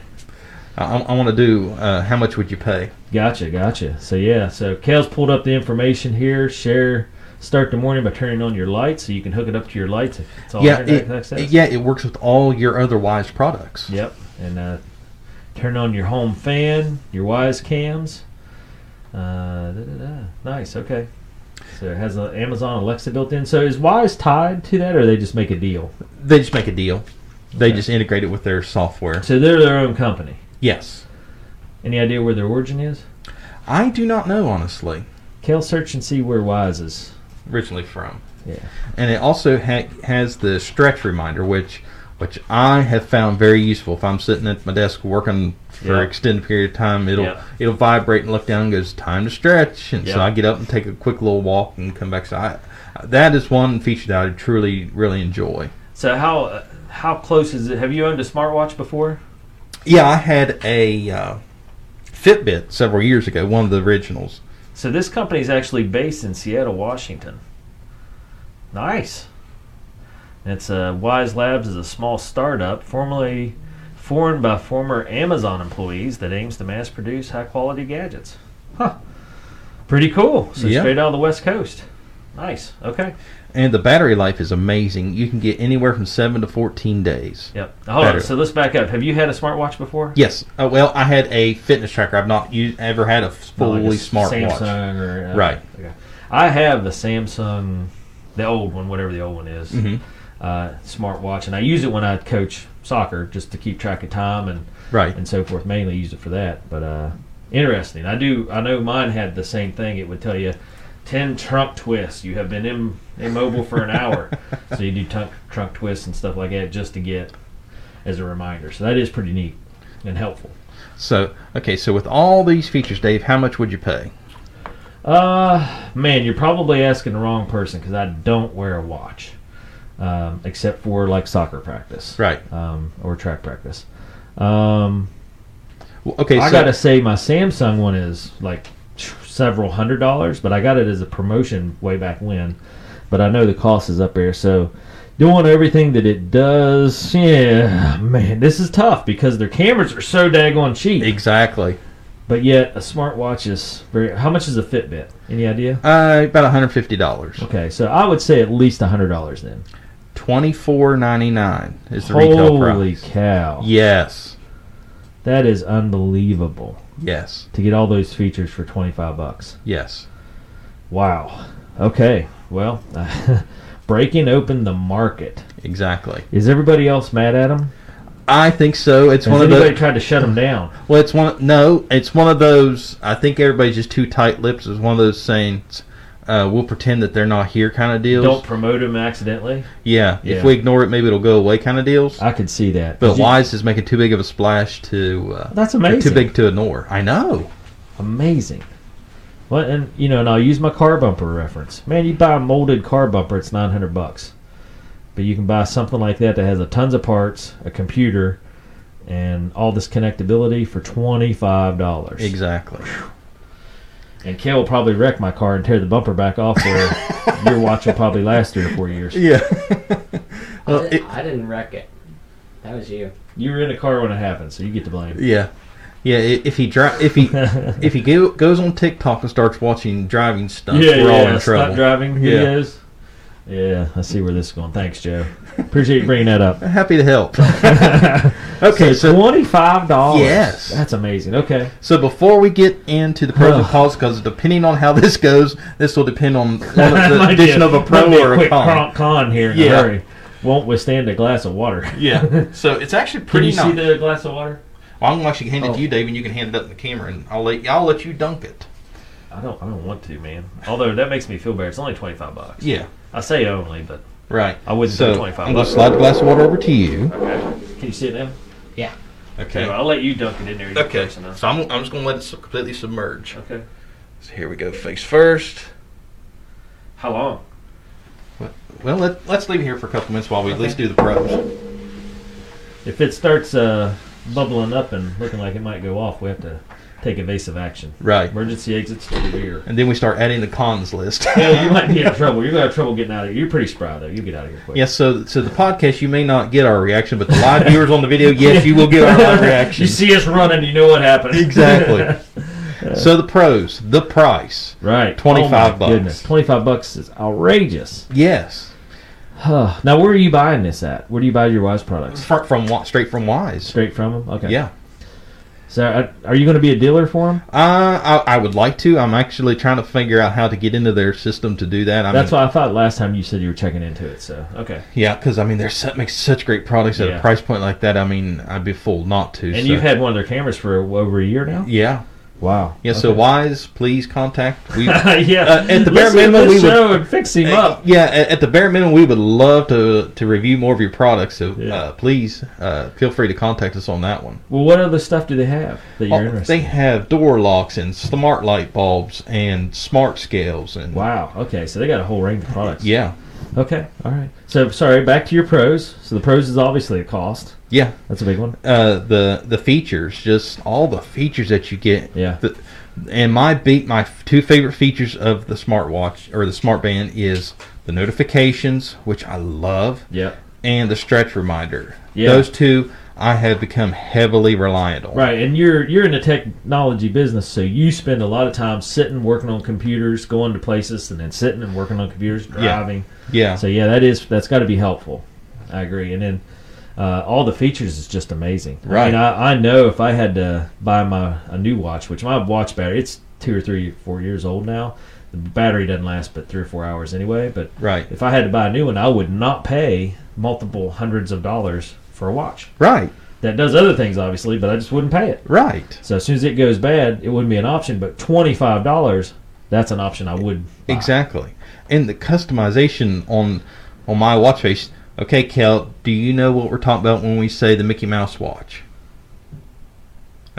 [SPEAKER 3] I, I want to do. Uh, how much would you pay?
[SPEAKER 2] Gotcha, gotcha. So, yeah, so Kale's pulled up the information here. Share, start the morning by turning on your lights so you can hook it up to your lights if it's all
[SPEAKER 3] yeah,
[SPEAKER 2] internet
[SPEAKER 3] it,
[SPEAKER 2] access.
[SPEAKER 3] yeah, it works with all your other Wise products.
[SPEAKER 2] Yep. And uh, turn on your home fan, your wise cams. Uh, da, da, da. Nice. Okay. So it has an Amazon Alexa built in. So is Wise tied to that, or they just make a deal?
[SPEAKER 3] They just make a deal. They
[SPEAKER 2] Okay.
[SPEAKER 3] just integrate it with their software.
[SPEAKER 2] So they're their own company.
[SPEAKER 3] Yes,
[SPEAKER 2] Any idea where their origin is?
[SPEAKER 3] I do not know honestly.
[SPEAKER 2] Kale, search and see where Wise is.
[SPEAKER 3] Originally from.
[SPEAKER 2] Yeah.
[SPEAKER 3] And it also ha- has the stretch reminder, which which I have found very useful. If I'm sitting at my desk working for
[SPEAKER 2] Yeah.
[SPEAKER 3] an extended period of time, it'll
[SPEAKER 2] Yeah.
[SPEAKER 3] it'll vibrate and look down and goes time to stretch. And so
[SPEAKER 2] Yeah.
[SPEAKER 3] I get up and take a quick little walk and come back. So I, that is one feature that I truly really enjoy.
[SPEAKER 2] So how uh, how close is it? Have you owned a smartwatch before?
[SPEAKER 3] Yeah, I had a uh, Fitbit several years ago, one of the originals.
[SPEAKER 2] So this company is actually based in Seattle, Washington. Nice. And It's uh, Wise Labs is a small startup formerly formed by former Amazon employees that aims to mass produce high quality gadgets. Huh. Pretty cool. So
[SPEAKER 3] Yeah.
[SPEAKER 2] straight out of the West Coast. Nice. Okay.
[SPEAKER 3] And the battery life is amazing. You can get anywhere from 7 to 14 days.
[SPEAKER 2] Yep. Now, Hold
[SPEAKER 3] Better.
[SPEAKER 2] on. So let's back up. Have you had a smartwatch before?
[SPEAKER 3] Yes. Oh, well, I had a fitness tracker. I've not used, ever had a
[SPEAKER 2] Not
[SPEAKER 3] fully
[SPEAKER 2] like a s-
[SPEAKER 3] smartwatch.
[SPEAKER 2] Samsung or uh,
[SPEAKER 3] Right.
[SPEAKER 2] okay. I have the Samsung, the old one, whatever the old one is,
[SPEAKER 3] Mhm.
[SPEAKER 2] uh, smartwatch, and I use it when I coach soccer just to keep track of time and
[SPEAKER 3] Right.
[SPEAKER 2] and so forth. Mainly use it for that, but uh, interesting. I do. I know mine had the same thing. It would tell you. 10 trunk twists. You have been Im- immobile for an
[SPEAKER 3] (laughs)
[SPEAKER 2] hour. so you do trunk trunk twists and stuff like that just to get as a reminder. So that is pretty neat and helpful.
[SPEAKER 3] So, okay, so with all these features, Dave, how much would you pay?
[SPEAKER 2] Uh, man, you're probably asking the wrong person because I don't wear a watch, um, except for like soccer practice,
[SPEAKER 3] Right.
[SPEAKER 2] Um, or track practice. Um,
[SPEAKER 3] Well, okay,
[SPEAKER 2] I
[SPEAKER 3] so
[SPEAKER 2] gotta say, my Samsung one is like several hundred dollars, but I got it as a promotion way back when. But I know the cost is up there, so doing everything that it does, yeah, man, this is tough because their cameras are so daggone cheap.
[SPEAKER 3] exactly.
[SPEAKER 2] But yet, a smartwatch is very. How much is a Fitbit? Any idea?
[SPEAKER 3] Uh, about $150.
[SPEAKER 2] Okay, so I would say at least hundred dollars then.
[SPEAKER 3] Twenty four ninety nine is the retail
[SPEAKER 2] Holy
[SPEAKER 3] price.
[SPEAKER 2] cow!
[SPEAKER 3] Yes.
[SPEAKER 2] That is unbelievable
[SPEAKER 3] Yes.
[SPEAKER 2] to get all those features for twenty five bucks.
[SPEAKER 3] Yes.
[SPEAKER 2] Wow. Okay. Well, (laughs) breaking open the market.
[SPEAKER 3] Exactly.
[SPEAKER 2] Is everybody else mad at him?
[SPEAKER 3] I think so. It's
[SPEAKER 2] Has
[SPEAKER 3] one of
[SPEAKER 2] anybody
[SPEAKER 3] the
[SPEAKER 2] tried to shut him down?
[SPEAKER 3] Well, it's one. No, it's one of those. I think everybody's just too tight-lipped. It's one of those sayings. Uh, we'll pretend that they're not here, kind of deals.
[SPEAKER 2] Don't promote him accidentally.
[SPEAKER 3] yeah,
[SPEAKER 2] Yeah.
[SPEAKER 3] If we ignore it, maybe it'll go away, kind of deals.
[SPEAKER 2] I could see that.
[SPEAKER 3] but
[SPEAKER 2] Did you-
[SPEAKER 3] Wise is making too big of a splash to. Uh,
[SPEAKER 2] That's
[SPEAKER 3] they're
[SPEAKER 2] amazing.
[SPEAKER 3] Too big to ignore. I know.
[SPEAKER 2] Amazing. Well, and you know, and I'll use my car bumper reference. Man, you buy a molded car bumper, it's nine hundred bucks. But you can buy something like that that has a tons of parts, a computer, and all this connectability for twenty five dollars.
[SPEAKER 3] Exactly.
[SPEAKER 2] And Kale will probably wreck my car and tear the bumper back off.
[SPEAKER 3] (laughs)
[SPEAKER 2] Or your watch will probably last three or four years.
[SPEAKER 3] Yeah. well,
[SPEAKER 1] I,
[SPEAKER 3] it,
[SPEAKER 1] did, I didn't wreck it. That was you.
[SPEAKER 2] You were in a car when it happened, so you get to blame.
[SPEAKER 3] (laughs) yeah, yeah. i- If he dri- if
[SPEAKER 2] (laughs)
[SPEAKER 3] he if he go- goes on TikTok and starts watching driving stuff, we're all in
[SPEAKER 2] stop
[SPEAKER 3] trouble.
[SPEAKER 2] driving
[SPEAKER 3] Yeah.
[SPEAKER 2] videos. Yeah, I see where this is going. Thanks, Joe. Appreciate you bringing that up.
[SPEAKER 3] Happy
[SPEAKER 2] (laughs)
[SPEAKER 3] to help. okay, so
[SPEAKER 2] twenty five dollars.
[SPEAKER 3] Yes.
[SPEAKER 2] that's amazing. (laughs) Okay,
[SPEAKER 3] So before we get into the pros and cons, because depending on how this goes, this will depend
[SPEAKER 2] (laughs)
[SPEAKER 3] on, on the
[SPEAKER 2] Might be
[SPEAKER 3] addition of a pro
[SPEAKER 2] might be
[SPEAKER 3] or a
[SPEAKER 2] quick
[SPEAKER 3] con.
[SPEAKER 2] con, con here. In
[SPEAKER 3] Yeah.
[SPEAKER 2] a hurry. won't withstand a glass of water. Can
[SPEAKER 3] Yeah. So
[SPEAKER 2] (laughs)
[SPEAKER 3] it's actually
[SPEAKER 2] you
[SPEAKER 3] pretty nice.
[SPEAKER 2] see the glass of water?
[SPEAKER 3] well, I'm gonna actually hand it
[SPEAKER 1] Oh.
[SPEAKER 3] to you, Dave, and you can hand it up in the camera, and I'll let I'll let you dunk it.
[SPEAKER 2] I don't. I don't want to, man. Although that makes me feel bad. It's only twenty five bucks.
[SPEAKER 3] Yeah.
[SPEAKER 2] I say only, but
[SPEAKER 3] Right.
[SPEAKER 2] I wouldn't
[SPEAKER 3] so
[SPEAKER 2] do 25
[SPEAKER 3] I'm gonna
[SPEAKER 2] bucks.
[SPEAKER 3] slide the glass of water over to you.
[SPEAKER 2] okay. Can you see it now?
[SPEAKER 1] Yeah.
[SPEAKER 2] Anyway, I'll let you dunk it in there. You
[SPEAKER 3] Okay.
[SPEAKER 2] person, huh?
[SPEAKER 3] So I'm, I'm just gonna let it su- completely submerge.
[SPEAKER 2] Okay.
[SPEAKER 3] So here we go, face first.
[SPEAKER 2] How long?
[SPEAKER 3] Well, let, let's leave it here for a couple minutes while we at
[SPEAKER 2] Okay.
[SPEAKER 3] least do the pros.
[SPEAKER 2] If it starts uh, bubbling up and looking like it might go off, we have to take evasive action.
[SPEAKER 3] Right.
[SPEAKER 2] Emergency exits to the rear.
[SPEAKER 3] And then we start adding the cons list.
[SPEAKER 2] (laughs) Yeah, you
[SPEAKER 3] (laughs)
[SPEAKER 2] might be in trouble. You're gonna have trouble getting out of here. You're pretty spry though. You get out of here quick. (laughs)
[SPEAKER 3] Yes, so so the podcast you may not get our reaction, but the live viewers on the video, yes, you will get
[SPEAKER 2] (laughs)
[SPEAKER 3] our live reaction.
[SPEAKER 2] You see us running, you know what happened.
[SPEAKER 3] Exactly. so the pros, the price,
[SPEAKER 2] (laughs) right. Oh
[SPEAKER 3] 25
[SPEAKER 2] my
[SPEAKER 3] bucks.
[SPEAKER 2] Goodness. Twenty five bucks is outrageous. (sighs)
[SPEAKER 3] yes,
[SPEAKER 2] Huh. Now where are you buying this at? Where do you buy your Wise products?
[SPEAKER 3] from, from Wa- straight from Wise.
[SPEAKER 2] Straight from them. Okay.
[SPEAKER 3] Yeah,
[SPEAKER 2] So are- are you gonna be a dealer for them?
[SPEAKER 3] uh, I, I would like to. I'm actually trying to figure out how to get into their system to do that. I
[SPEAKER 2] That's
[SPEAKER 3] mean,
[SPEAKER 2] why I thought last time you said you were checking into it. So okay.
[SPEAKER 3] yeah, because I mean, they're su- make such great products at
[SPEAKER 2] Yeah.
[SPEAKER 3] a price point like that. I mean, I'd be fooled not to.
[SPEAKER 2] And
[SPEAKER 3] so-
[SPEAKER 2] you've had one of their cameras for over a year now.
[SPEAKER 3] yeah,
[SPEAKER 2] Wow.
[SPEAKER 3] yeah.
[SPEAKER 2] Okay.
[SPEAKER 3] So Wise, please contact.
[SPEAKER 2] (laughs)
[SPEAKER 3] We (laughs)
[SPEAKER 2] yeah.
[SPEAKER 3] Uh, at the
[SPEAKER 2] Listen to
[SPEAKER 3] bare minimum,
[SPEAKER 2] this
[SPEAKER 3] we would-
[SPEAKER 2] show and fix him up.
[SPEAKER 3] Yeah, at, at the bare minimum, we would love to to review more of your products. So
[SPEAKER 2] Yeah.
[SPEAKER 3] uh, please uh, feel free to contact us on that one.
[SPEAKER 2] Well, what other stuff do they have that you're
[SPEAKER 3] Oh,
[SPEAKER 2] interested?
[SPEAKER 3] they have door locks and smart light bulbs and smart scales and
[SPEAKER 2] in? Wow. Okay, so they got a whole range of products.
[SPEAKER 3] yeah,
[SPEAKER 2] Okay. All right. So sorry. Back to your pros. So the pros is obviously a cost.
[SPEAKER 3] yeah.
[SPEAKER 2] That's a big one.
[SPEAKER 3] Uh, the the features, just all the features that you get.
[SPEAKER 2] Yeah.
[SPEAKER 3] The, and my beat, my f- two favorite features of the smartwatch or the smartband is the notifications, which I love,
[SPEAKER 2] Yeah.
[SPEAKER 3] and the stretch reminder.
[SPEAKER 2] Yeah.
[SPEAKER 3] Those two, I have become heavily reliant on.
[SPEAKER 2] Right. And you're you're in the technology business, so you spend a lot of time sitting, working on computers, going to places, and then sitting and working on computers, driving.
[SPEAKER 3] Yeah.
[SPEAKER 2] So yeah, that is that's got to be helpful. I agree. And then uh, all the features is just amazing. I
[SPEAKER 3] Right.
[SPEAKER 2] mean, I, I know if I had to buy my a new watch, which my watch battery it's two or three, four years old now. The battery doesn't last but three or four hours anyway. But
[SPEAKER 3] Right.
[SPEAKER 2] if I had to buy a new one, I would not pay multiple hundreds of dollars for a watch
[SPEAKER 3] Right.
[SPEAKER 2] that does other things, obviously, but I just wouldn't pay it.
[SPEAKER 3] Right.
[SPEAKER 2] So as soon as it goes bad, it wouldn't be an option. But twenty five dollars, that's an option I would. buy.
[SPEAKER 3] Exactly. And the customization on on my watch face. Okay, Kel, do you know what we're talking about when we say the Mickey Mouse watch?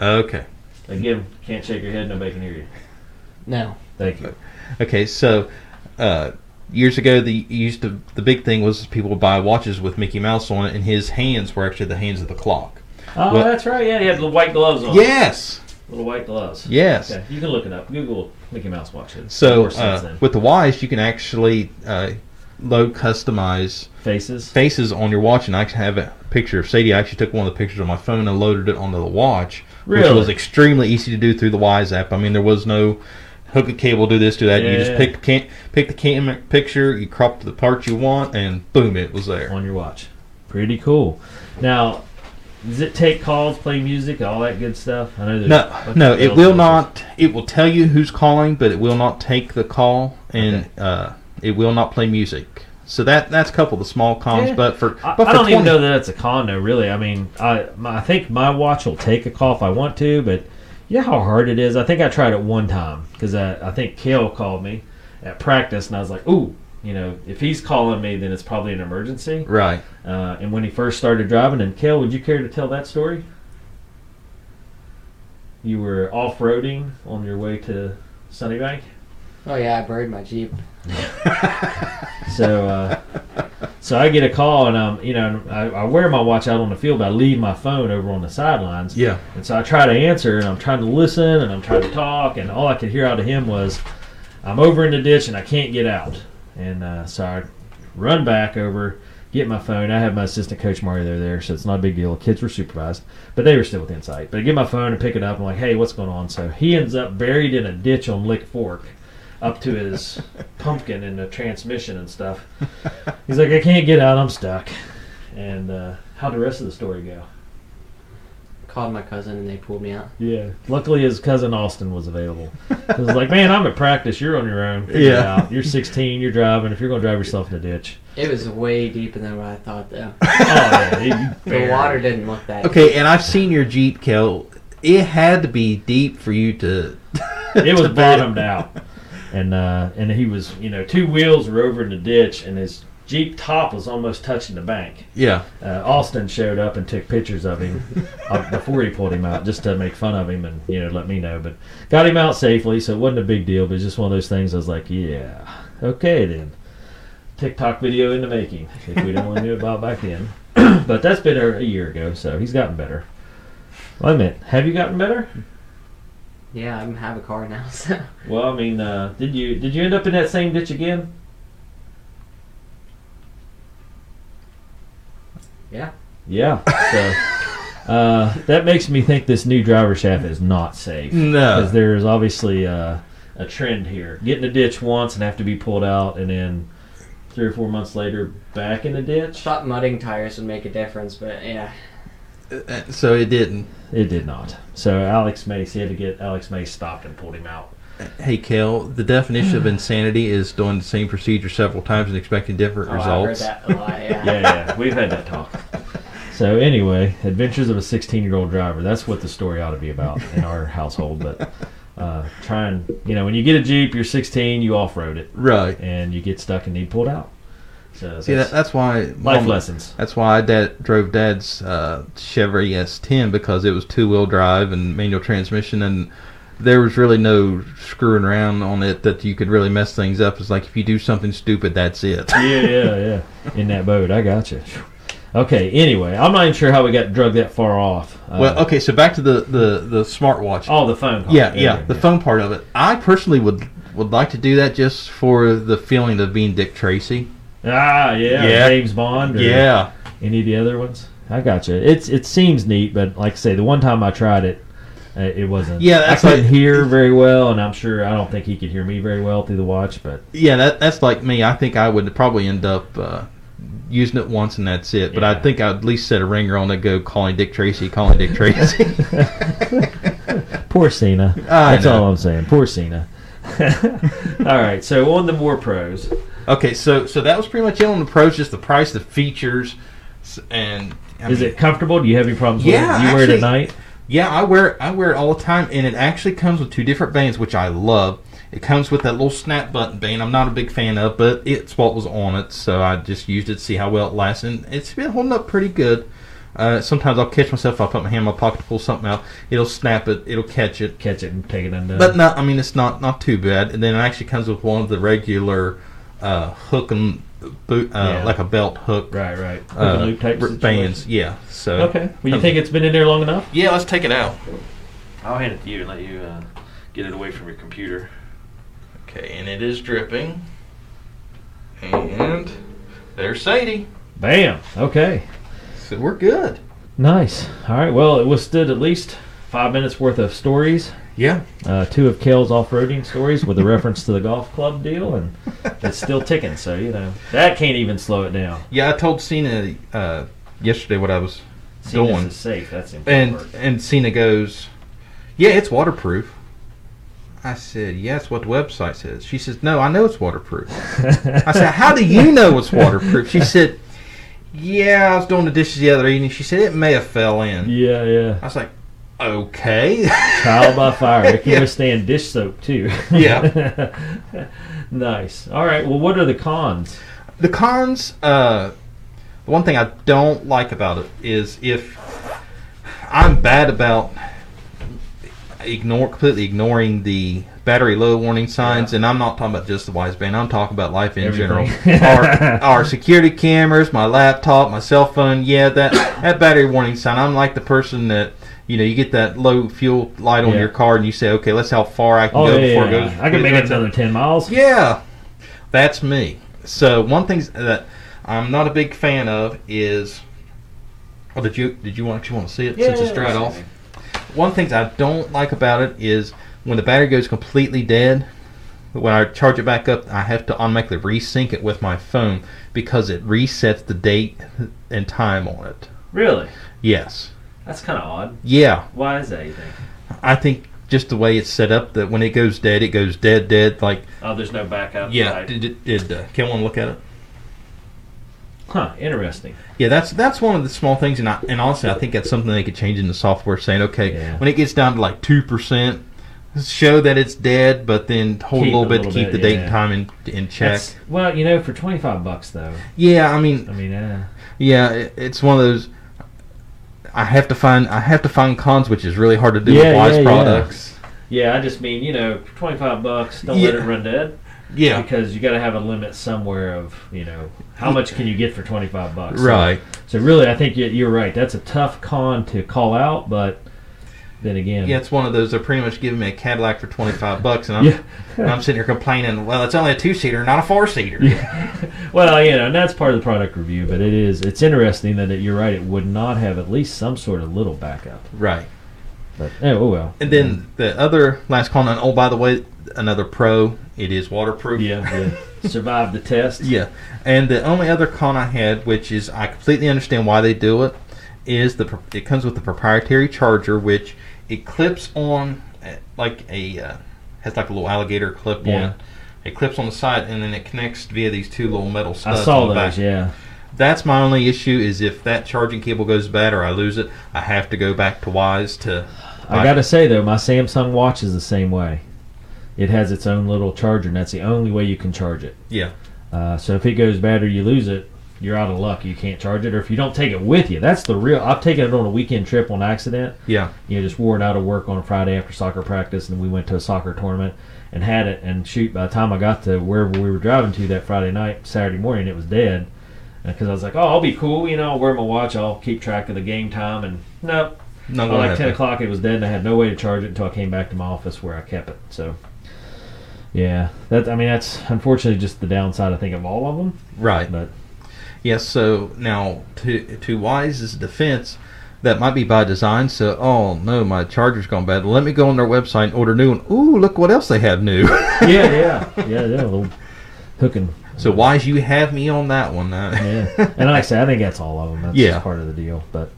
[SPEAKER 3] Okay.
[SPEAKER 2] Again, can't shake your head. Nobody can hear you.
[SPEAKER 1] No.
[SPEAKER 2] Thank you.
[SPEAKER 3] Okay, so uh, years ago the used to the big thing was people would buy watches with Mickey Mouse on it and his hands were actually the hands of the clock.
[SPEAKER 2] Oh,
[SPEAKER 3] Well-
[SPEAKER 2] that's right. Yeah, he had little white gloves on.
[SPEAKER 3] Yes.
[SPEAKER 2] little white gloves.
[SPEAKER 3] Yes.
[SPEAKER 2] Oh. Okay, you can look it up. Google Mickey Mouse watch. It's
[SPEAKER 3] So
[SPEAKER 2] more sense
[SPEAKER 3] uh,
[SPEAKER 2] than
[SPEAKER 3] with the Wise you can actually uh, load customize
[SPEAKER 2] faces.
[SPEAKER 3] faces on your watch, and I actually have a picture of Sadie. I actually took one of the pictures on my phone and loaded it onto the watch, which
[SPEAKER 2] Really?
[SPEAKER 3] was extremely easy to do through the Wise app. I mean, there was no hook a cable, do this, do that. You just
[SPEAKER 2] Yeah.
[SPEAKER 3] pick the can- pick the camera picture, you crop to the part you want, and boom, it was there.
[SPEAKER 2] on your watch. Pretty cool. Now, does it take calls, play music, all that good stuff? I know. there's a
[SPEAKER 3] No,
[SPEAKER 2] bunch
[SPEAKER 3] no,
[SPEAKER 2] of
[SPEAKER 3] it
[SPEAKER 2] bells
[SPEAKER 3] will
[SPEAKER 2] and
[SPEAKER 3] not. It will tell you who's calling, but it will not take the call, and uh, it will not play music. So that that's a couple of the small cons,
[SPEAKER 2] Yeah.
[SPEAKER 3] but for
[SPEAKER 2] I,
[SPEAKER 3] but
[SPEAKER 2] I
[SPEAKER 3] for
[SPEAKER 2] don't even
[SPEAKER 3] 20
[SPEAKER 2] know that that's a con, though. Really, I mean, I my, I think my watch will take a call if I want to, but you know how hard it is. I think I tried it one time because I, I think Kale called me at practice, and I was like, ooh, you know, if he's calling me, then it's probably an emergency.
[SPEAKER 3] right.
[SPEAKER 2] Uh, and when he first started driving, and Kale, would you care to tell that story? You were off roading on your way to Sunnybank.
[SPEAKER 1] Oh yeah, I buried my Jeep.
[SPEAKER 2] So, uh, So I get a call, and I'm, you know, I, I wear my watch out on the field, but I leave my phone over on the sidelines.
[SPEAKER 3] Yeah.
[SPEAKER 2] And so I try to answer, and I'm trying to listen, and I'm trying to talk, and all I could hear out of him was, "I'm over in the ditch, and I can't get out." And uh, so I run back over, get my phone. I have my assistant coach Mario there, there, so it's not a big deal. The kids were supervised, but they were still within sight. But I get my phone and pick it up. I'm like, "Hey, what's going on?" So he ends up buried in a ditch on Lick Fork, up to his pumpkin in the transmission and stuff. He's like, "I can't get out. I'm stuck." And uh, how'd the rest of the story go?
[SPEAKER 1] Called my cousin and they pulled me out.
[SPEAKER 2] Yeah. Luckily, his cousin Austin was available. He was like, "Man, I'm at practice. You're on your own. Figure it
[SPEAKER 3] Yeah.
[SPEAKER 2] out. You're 16. You're driving. If you're going to drive yourself in a ditch,
[SPEAKER 1] It was way deeper than what I thought, though.
[SPEAKER 2] oh yeah, you- you
[SPEAKER 1] the
[SPEAKER 2] buried.
[SPEAKER 1] water didn't look that.
[SPEAKER 3] Okay, and I've seen your Jeep, Kel. It had to be deep for you to.
[SPEAKER 2] (laughs)
[SPEAKER 1] (laughs)
[SPEAKER 2] It was
[SPEAKER 3] to bear
[SPEAKER 2] bottomed out, and uh, and he was, you know, two wheels were over in the ditch, and his Jeep top was almost touching the bank.
[SPEAKER 3] Yeah.
[SPEAKER 2] uh, Austin showed up and took pictures of him uh, before he pulled him out, just to make fun of him and you know let me know. But got him out safely, so it wasn't a big deal. But it's just one of those things. I was like, yeah, okay then. TikTok video in the making. If we didn't want to do about back then, (coughs) but that's been a, a year ago, so he's gotten better. Well, I meant, have you gotten better?
[SPEAKER 1] Yeah, I don't have a car now, (laughs) so.
[SPEAKER 2] Well, I mean, uh, did you did you end up in that same ditch again?
[SPEAKER 1] Yeah.
[SPEAKER 2] Yeah. So uh, that makes me think this new driver shaft is not safe. because
[SPEAKER 3] No.
[SPEAKER 2] there is obviously uh, a trend here. Get in a ditch once and have to be pulled out, and then three or four months later, back in the ditch.
[SPEAKER 1] Thought mudding tires would make a difference, but yeah.
[SPEAKER 3] Uh, So it didn't.
[SPEAKER 2] It did not. So Alex Mace, he had to get Alex Mace stopped and pulled him out.
[SPEAKER 3] Hey, Kel, the
[SPEAKER 2] (sighs)
[SPEAKER 3] definition of insanity is doing the same procedure several times and expecting different
[SPEAKER 1] Oh, I heard
[SPEAKER 3] results.
[SPEAKER 1] that a lot, yeah.
[SPEAKER 2] (laughs) Yeah, yeah, we've had that talk. So anyway, Adventures of a 16-year-old driver. That's what the story ought to be about in our household. But uh, try and you know, when you get a Jeep, you're 16, you off-road it,
[SPEAKER 3] Right.
[SPEAKER 2] and you get stuck and need pulled out. So
[SPEAKER 3] See, that,
[SPEAKER 2] that's
[SPEAKER 3] that's why.
[SPEAKER 2] life
[SPEAKER 3] Mom-
[SPEAKER 2] lessons.
[SPEAKER 3] That's why I dad drove Dad's uh, Chevy S10 because it was two wheel drive and manual transmission, and there was really no screwing around on it that you could really mess things up. It's like if you do something stupid, that's (laughs) it.
[SPEAKER 2] yeah, yeah, yeah. In that boat, I got you. Okay. Anyway, I'm not even sure how we got drug that far off. Uh,
[SPEAKER 3] well, okay, so back to the the the smartwatch.
[SPEAKER 2] Oh, the phone call.
[SPEAKER 3] yeah, yeah, the phone part of it. I personally would would like to do that just for the feeling of being Dick Tracy.
[SPEAKER 2] Ah, yeah,
[SPEAKER 3] Yeah.
[SPEAKER 2] James Bond. Or
[SPEAKER 3] Yeah,
[SPEAKER 2] Any of the other ones? I got you. It's it seems neat, but like I say, the one time I tried it, uh, it wasn't.
[SPEAKER 3] Yeah,
[SPEAKER 2] I
[SPEAKER 3] that's
[SPEAKER 2] couldn't
[SPEAKER 3] like-
[SPEAKER 2] hear very well, and I'm sure I don't think he could hear me very well through the watch. But
[SPEAKER 3] yeah, that that's like me. I think I would probably end up. Uh, Using it once and that's it, but
[SPEAKER 2] Yeah.
[SPEAKER 3] I think I'd at least set a ringer on to go calling Dick Tracy, calling
[SPEAKER 2] (laughs)
[SPEAKER 3] Dick Tracy.
[SPEAKER 2] Poor Cena.
[SPEAKER 3] I
[SPEAKER 2] That's
[SPEAKER 3] know.
[SPEAKER 2] all I'm saying. Poor Cena. (laughs) all right. So on the more pros.
[SPEAKER 3] Okay, so so that was pretty much it on the pros, just the price, the features, s- and I
[SPEAKER 2] Is
[SPEAKER 3] mean,
[SPEAKER 2] it comfortable? Do you have any problems
[SPEAKER 3] Yeah,
[SPEAKER 2] with it? Do you wear it
[SPEAKER 3] actually-
[SPEAKER 2] at night?
[SPEAKER 3] Yeah, I wear it, I wear it all the time, and it actually comes with two different bands, which I love. It comes with that little snap button band. I'm not a big fan of, but it's what was on it, so I just used it to see how well it lasts, and it's been holding up pretty good. Uh, sometimes I'll catch myself. I'll put my hand in my pocket to pull something out. It'll snap it. It'll catch it.
[SPEAKER 2] Catch it and take it undone.
[SPEAKER 3] But no, I mean it's not not too bad. And then it actually comes with one of the regular uh, hook and boot, uh,
[SPEAKER 2] Yeah.
[SPEAKER 3] like a belt hook
[SPEAKER 2] Right, right.
[SPEAKER 3] uh,
[SPEAKER 2] Open loop type
[SPEAKER 3] r- Um,
[SPEAKER 2] situation.
[SPEAKER 3] bands. Yeah. So
[SPEAKER 2] Okay. Well, you think it's been in there long enough?
[SPEAKER 3] Yeah, let's take it out.
[SPEAKER 2] I'll hand it to you and let you uh, get it away from your computer.
[SPEAKER 3] Okay, and it is dripping. And there's Sadie.
[SPEAKER 2] Bam. Okay.
[SPEAKER 3] So we're good.
[SPEAKER 2] Nice. All right. Well, it withstood at least five minutes worth of stories.
[SPEAKER 3] Yeah.
[SPEAKER 2] Uh, two of Kale's off-roading stories with a reference to the golf club deal, and it's still ticking. So you know that can't even slow it down.
[SPEAKER 3] Yeah, I told Cena uh, yesterday what I was
[SPEAKER 2] Seeing this
[SPEAKER 3] Going.
[SPEAKER 2] is safe. That's important.
[SPEAKER 3] and
[SPEAKER 2] work.
[SPEAKER 3] and Cena goes, "Yeah, it's waterproof." I said, "Yeah, it's what the website says." She says, "No, I know it's waterproof."
[SPEAKER 2] (laughs)
[SPEAKER 3] I said, "How do you know it's waterproof?" She said, "Yeah, I was doing the dishes the other evening." She said, "It may have fell in."
[SPEAKER 2] yeah, yeah.
[SPEAKER 3] I was like, "Okay."
[SPEAKER 2] Trial by fire. It can
[SPEAKER 3] Yeah.
[SPEAKER 2] withstand dish soap too.
[SPEAKER 3] Yeah.
[SPEAKER 2] (laughs) nice. All right. Well, what are the cons?
[SPEAKER 3] The cons, uh, the one thing I don't like about it is if I'm bad about ignore completely ignoring the battery low warning signs, and I'm not talking about just the Wiseband. I'm talking about life in
[SPEAKER 2] Everything. (laughs)
[SPEAKER 3] general. our, our security cameras, my laptop, my cell phone. Yeah, that that battery warning sign. I'm like the person that you know you get that low fuel light on
[SPEAKER 2] Yeah.
[SPEAKER 3] your car, and you say, okay, let's how far I can
[SPEAKER 2] Oh
[SPEAKER 3] go
[SPEAKER 2] yeah,
[SPEAKER 3] before
[SPEAKER 2] yeah,
[SPEAKER 3] it
[SPEAKER 2] yeah.
[SPEAKER 3] goes.
[SPEAKER 2] I can make it another ten miles.
[SPEAKER 3] Yeah, that's me. So one thing that I'm not a big fan of is. Oh, did you did you want you want to see it since it's dried off? One thing I don't like about it is when the battery goes completely dead. When I charge it back up, I have to automatically resync it with my phone because it resets the date and time on it.
[SPEAKER 2] Really?
[SPEAKER 3] Yes.
[SPEAKER 2] That's kind of odd.
[SPEAKER 3] Yeah.
[SPEAKER 2] Why is that? You think?
[SPEAKER 3] I think just the way it's set up that when it goes dead, it goes dead, dead. Like,
[SPEAKER 2] Oh, there's no backup.
[SPEAKER 3] yeah.
[SPEAKER 2] right?
[SPEAKER 3] Did, did, did uh, Ken want to look at it?
[SPEAKER 2] Huh? Interesting.
[SPEAKER 3] Yeah, that's that's one of the small things, and I, and honestly, I think that's something they could change in the software, saying okay,
[SPEAKER 2] Yeah.
[SPEAKER 3] when it gets down to like two percent, show that it's dead, but then hold
[SPEAKER 2] Keep a
[SPEAKER 3] a little bit to
[SPEAKER 2] little bit,
[SPEAKER 3] keep the date
[SPEAKER 2] yeah.
[SPEAKER 3] and time in in check.
[SPEAKER 2] That's- well, you know, for twenty five bucks though.
[SPEAKER 3] yeah, I mean,
[SPEAKER 2] I mean, uh,
[SPEAKER 3] yeah, it, it's one of those. I have to find I have to find cons, which is really hard to do
[SPEAKER 2] Yeah,
[SPEAKER 3] with Wise
[SPEAKER 2] yeah, yeah.
[SPEAKER 3] products.
[SPEAKER 2] yeah. I just mean, you know, for twenty five bucks, don't let it
[SPEAKER 3] Yeah.
[SPEAKER 2] run dead
[SPEAKER 3] Yeah,
[SPEAKER 2] because you got to have a limit somewhere of you know how much can you get for twenty five bucks.
[SPEAKER 3] right.
[SPEAKER 2] So really, I think you- you're right. That's a tough con to call out, but then again,
[SPEAKER 3] Yeah, it's one of those. They're pretty much giving me a Cadillac for twenty five bucks, and I'm
[SPEAKER 2] Yeah.
[SPEAKER 3] and I'm sitting here complaining. Well, it's only a two seater, not a four seater.
[SPEAKER 2] Well, you know, and that's part of the product review, but it is it's interesting that it, you're right. It would not have at least some sort of little backup.
[SPEAKER 3] Right.
[SPEAKER 2] But eh, oh well.
[SPEAKER 3] And then the other last comment. Oh, by the way, another pro. It is waterproof. (laughs)
[SPEAKER 2] yeah, yeah. survive the test.
[SPEAKER 3] Yeah. And the only other con I had, which is I completely understand why they do it, is the pro- it comes with a proprietary charger, which it clips on uh, like a uh, has like a little alligator clip on
[SPEAKER 2] Yeah.
[SPEAKER 3] it. It clips on the side, and then it connects via these two little metal
[SPEAKER 2] I
[SPEAKER 3] studs.
[SPEAKER 2] saw
[SPEAKER 3] on the
[SPEAKER 2] those.
[SPEAKER 3] Back.
[SPEAKER 2] Yeah,
[SPEAKER 3] That's my only issue is if that charging cable goes bad or I lose it, I have to go back to Wise to.
[SPEAKER 2] I gotta say though, my Samsung watch is the same way. It has its own little charger, and that's the only way you can charge it.
[SPEAKER 3] Yeah.
[SPEAKER 2] Uh, so if it goes bad or you lose it, you're out of luck. You can't charge it, or if you don't take it with you, that's the real. I've taken it on a weekend trip on accident.
[SPEAKER 3] Yeah.
[SPEAKER 2] you know, just wore it out of work on a Friday after soccer practice, and we went to a soccer tournament and had it. And shoot, by the time I got to wherever we were driving to that Friday night, Saturday morning, it was dead. Because I was like, oh, I'll be cool, you know, I'll wear my watch, I'll keep track of the game time, and nope.
[SPEAKER 3] Not
[SPEAKER 2] By
[SPEAKER 3] gonna
[SPEAKER 2] like ten
[SPEAKER 3] happen.
[SPEAKER 2] o'clock, it was dead, and I had no way to charge it until I came back to my office where I kept it. So, yeah, that I mean, that's unfortunately just the downside I think of all of them.
[SPEAKER 3] Right.
[SPEAKER 2] But
[SPEAKER 3] Yes. So now to to Wise's defense, that might be by design. So oh no, my charger's gone bad. Let me go on their website and order a new one. Ooh, look what else they have new.
[SPEAKER 2] (laughs)
[SPEAKER 3] (laughs)
[SPEAKER 2] yeah, yeah, yeah, yeah, a little hooking.
[SPEAKER 3] so Wise, you have me on that one. (laughs) Uh,
[SPEAKER 2] yeah. And like I said, I think that's all of them. That's
[SPEAKER 3] Yeah.
[SPEAKER 2] just part of the deal. But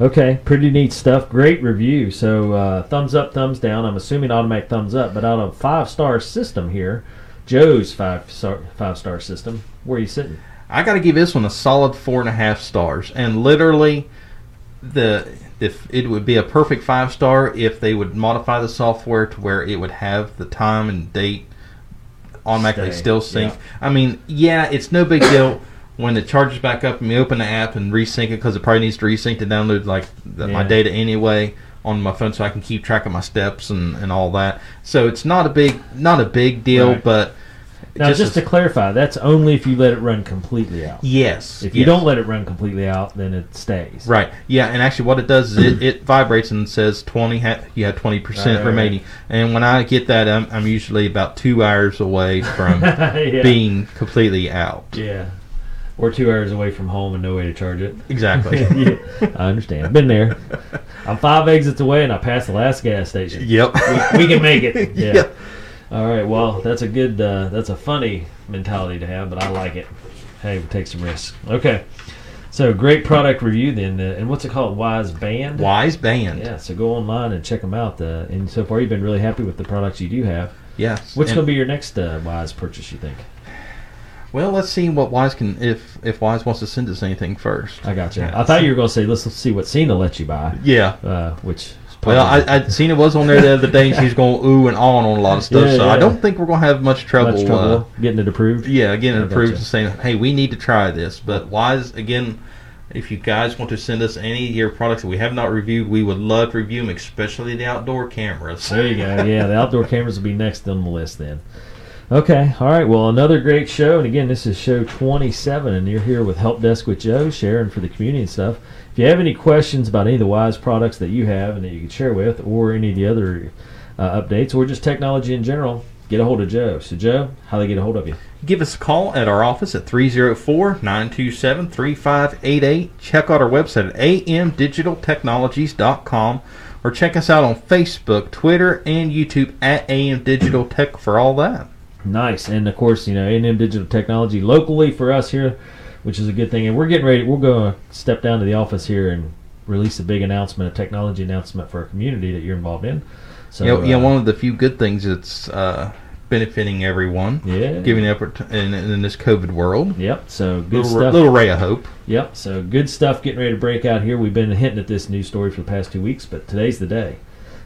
[SPEAKER 2] okay, pretty neat stuff. Great review. So uh, thumbs up, thumbs down. I'm assuming automatic thumbs up. But out of five star system here, Joe's five star, five star system. Where are you sitting?
[SPEAKER 3] I got to give this one a solid four and a half stars. And literally, the if it would be a perfect five star if they would modify the software to where it would have the time and date automatically
[SPEAKER 2] Stay,
[SPEAKER 3] still sync. I mean, yeah, it's no big deal when it charges back up and we open the app and resync it because it probably needs to resync to download like the, my
[SPEAKER 2] Yeah.
[SPEAKER 3] data anyway on my phone so I can keep track of my steps and, and all that. So it's not a big not a big deal,
[SPEAKER 2] Right.
[SPEAKER 3] but
[SPEAKER 2] Now, just,
[SPEAKER 3] as-
[SPEAKER 2] to clarify, that's only if you let it run completely out.
[SPEAKER 3] yes,
[SPEAKER 2] If you
[SPEAKER 3] yes.
[SPEAKER 2] don't let it run completely out, then it stays.
[SPEAKER 3] Right. Yeah, and actually, what it does is it, it vibrates and says twenty. Ha- you have twenty percent
[SPEAKER 2] Right, right,
[SPEAKER 3] remaining. And when I get that, I'm, I'm usually about two hours away
[SPEAKER 2] (laughs)
[SPEAKER 3] from
[SPEAKER 2] yeah.
[SPEAKER 3] being completely out.
[SPEAKER 2] Yeah. Or two hours away from home and no way to charge it.
[SPEAKER 3] Exactly.
[SPEAKER 2] (laughs) yeah, I understand. Been there. I'm five exits away and I passed the last gas station.
[SPEAKER 3] yep.
[SPEAKER 2] We- we can make (laughs) it. Yeah.
[SPEAKER 3] Yeah.
[SPEAKER 2] All right. Well, that's a good. Uh, that's a funny mentality to have, but I like it. Hey, we take some risks. Okay. So great product review then, uh, and what's it called? Wise Band.
[SPEAKER 3] Wise band.
[SPEAKER 2] Yeah. So go online and check them out. Uh, and so far, you've been really happy with the products you do have.
[SPEAKER 3] Yes.
[SPEAKER 2] What's
[SPEAKER 3] And-
[SPEAKER 2] going to be your next uh, Wise purchase? You think?
[SPEAKER 3] Well, let's see what Wise can if if Wise wants to send us anything first.
[SPEAKER 2] I got you. I thought you were going to say, "Let's see what Cena lets you buy,"
[SPEAKER 3] Yeah.
[SPEAKER 2] uh, which. is
[SPEAKER 3] Well, I,
[SPEAKER 2] probably-
[SPEAKER 3] I seen it was on there the other day, and she's going ooh and on on a lot of stuff.
[SPEAKER 2] Yeah,
[SPEAKER 3] so
[SPEAKER 2] yeah.
[SPEAKER 3] I don't think we're gonna have much trouble.
[SPEAKER 2] much
[SPEAKER 3] uh,
[SPEAKER 2] trouble getting it approved.
[SPEAKER 3] Yeah, again,
[SPEAKER 2] I
[SPEAKER 3] it approves
[SPEAKER 2] gotcha.
[SPEAKER 3] the same. Hey, we need to try this, but wise again. If you guys want to send us any of your products that we have not reviewed, we would love to review them, especially the outdoor cameras.
[SPEAKER 2] There you go. Yeah, the outdoor cameras will be next on the list then. Okay. All right. Well, another great show. And again, this is show 27, and you're here with Help Desk with Joe, sharing for the community and stuff. If you have any questions about any of the Wise products that you have and that you can share with, or any of the other uh, updates, or just technology in general, get a hold of Joe. So, Joe, how they get a hold of you?
[SPEAKER 3] Give us a call at our office at 304 927 3588. Check out our website at amdigitaltechnologies.com or check us out on Facebook, Twitter, and YouTube at AM Digital Tech for all that.
[SPEAKER 2] Nice, and of course, you know, A&M Digital Technology locally for us here, which is a good thing. And we're getting ready. We're going to step down to the office here and release a big announcement, a technology announcement for our community that you're involved in. So,
[SPEAKER 3] you know, you know,
[SPEAKER 2] uh,
[SPEAKER 3] one of the few good things that's uh, benefiting everyone,
[SPEAKER 2] Yeah.
[SPEAKER 3] giving effort in, in this COVID world.
[SPEAKER 2] Yep. So good
[SPEAKER 3] Little,
[SPEAKER 2] stuff.
[SPEAKER 3] little ray of hope.
[SPEAKER 2] Yep. So good stuff getting ready to break out here. We've been hinting at this news story for the past two weeks, but today's the day.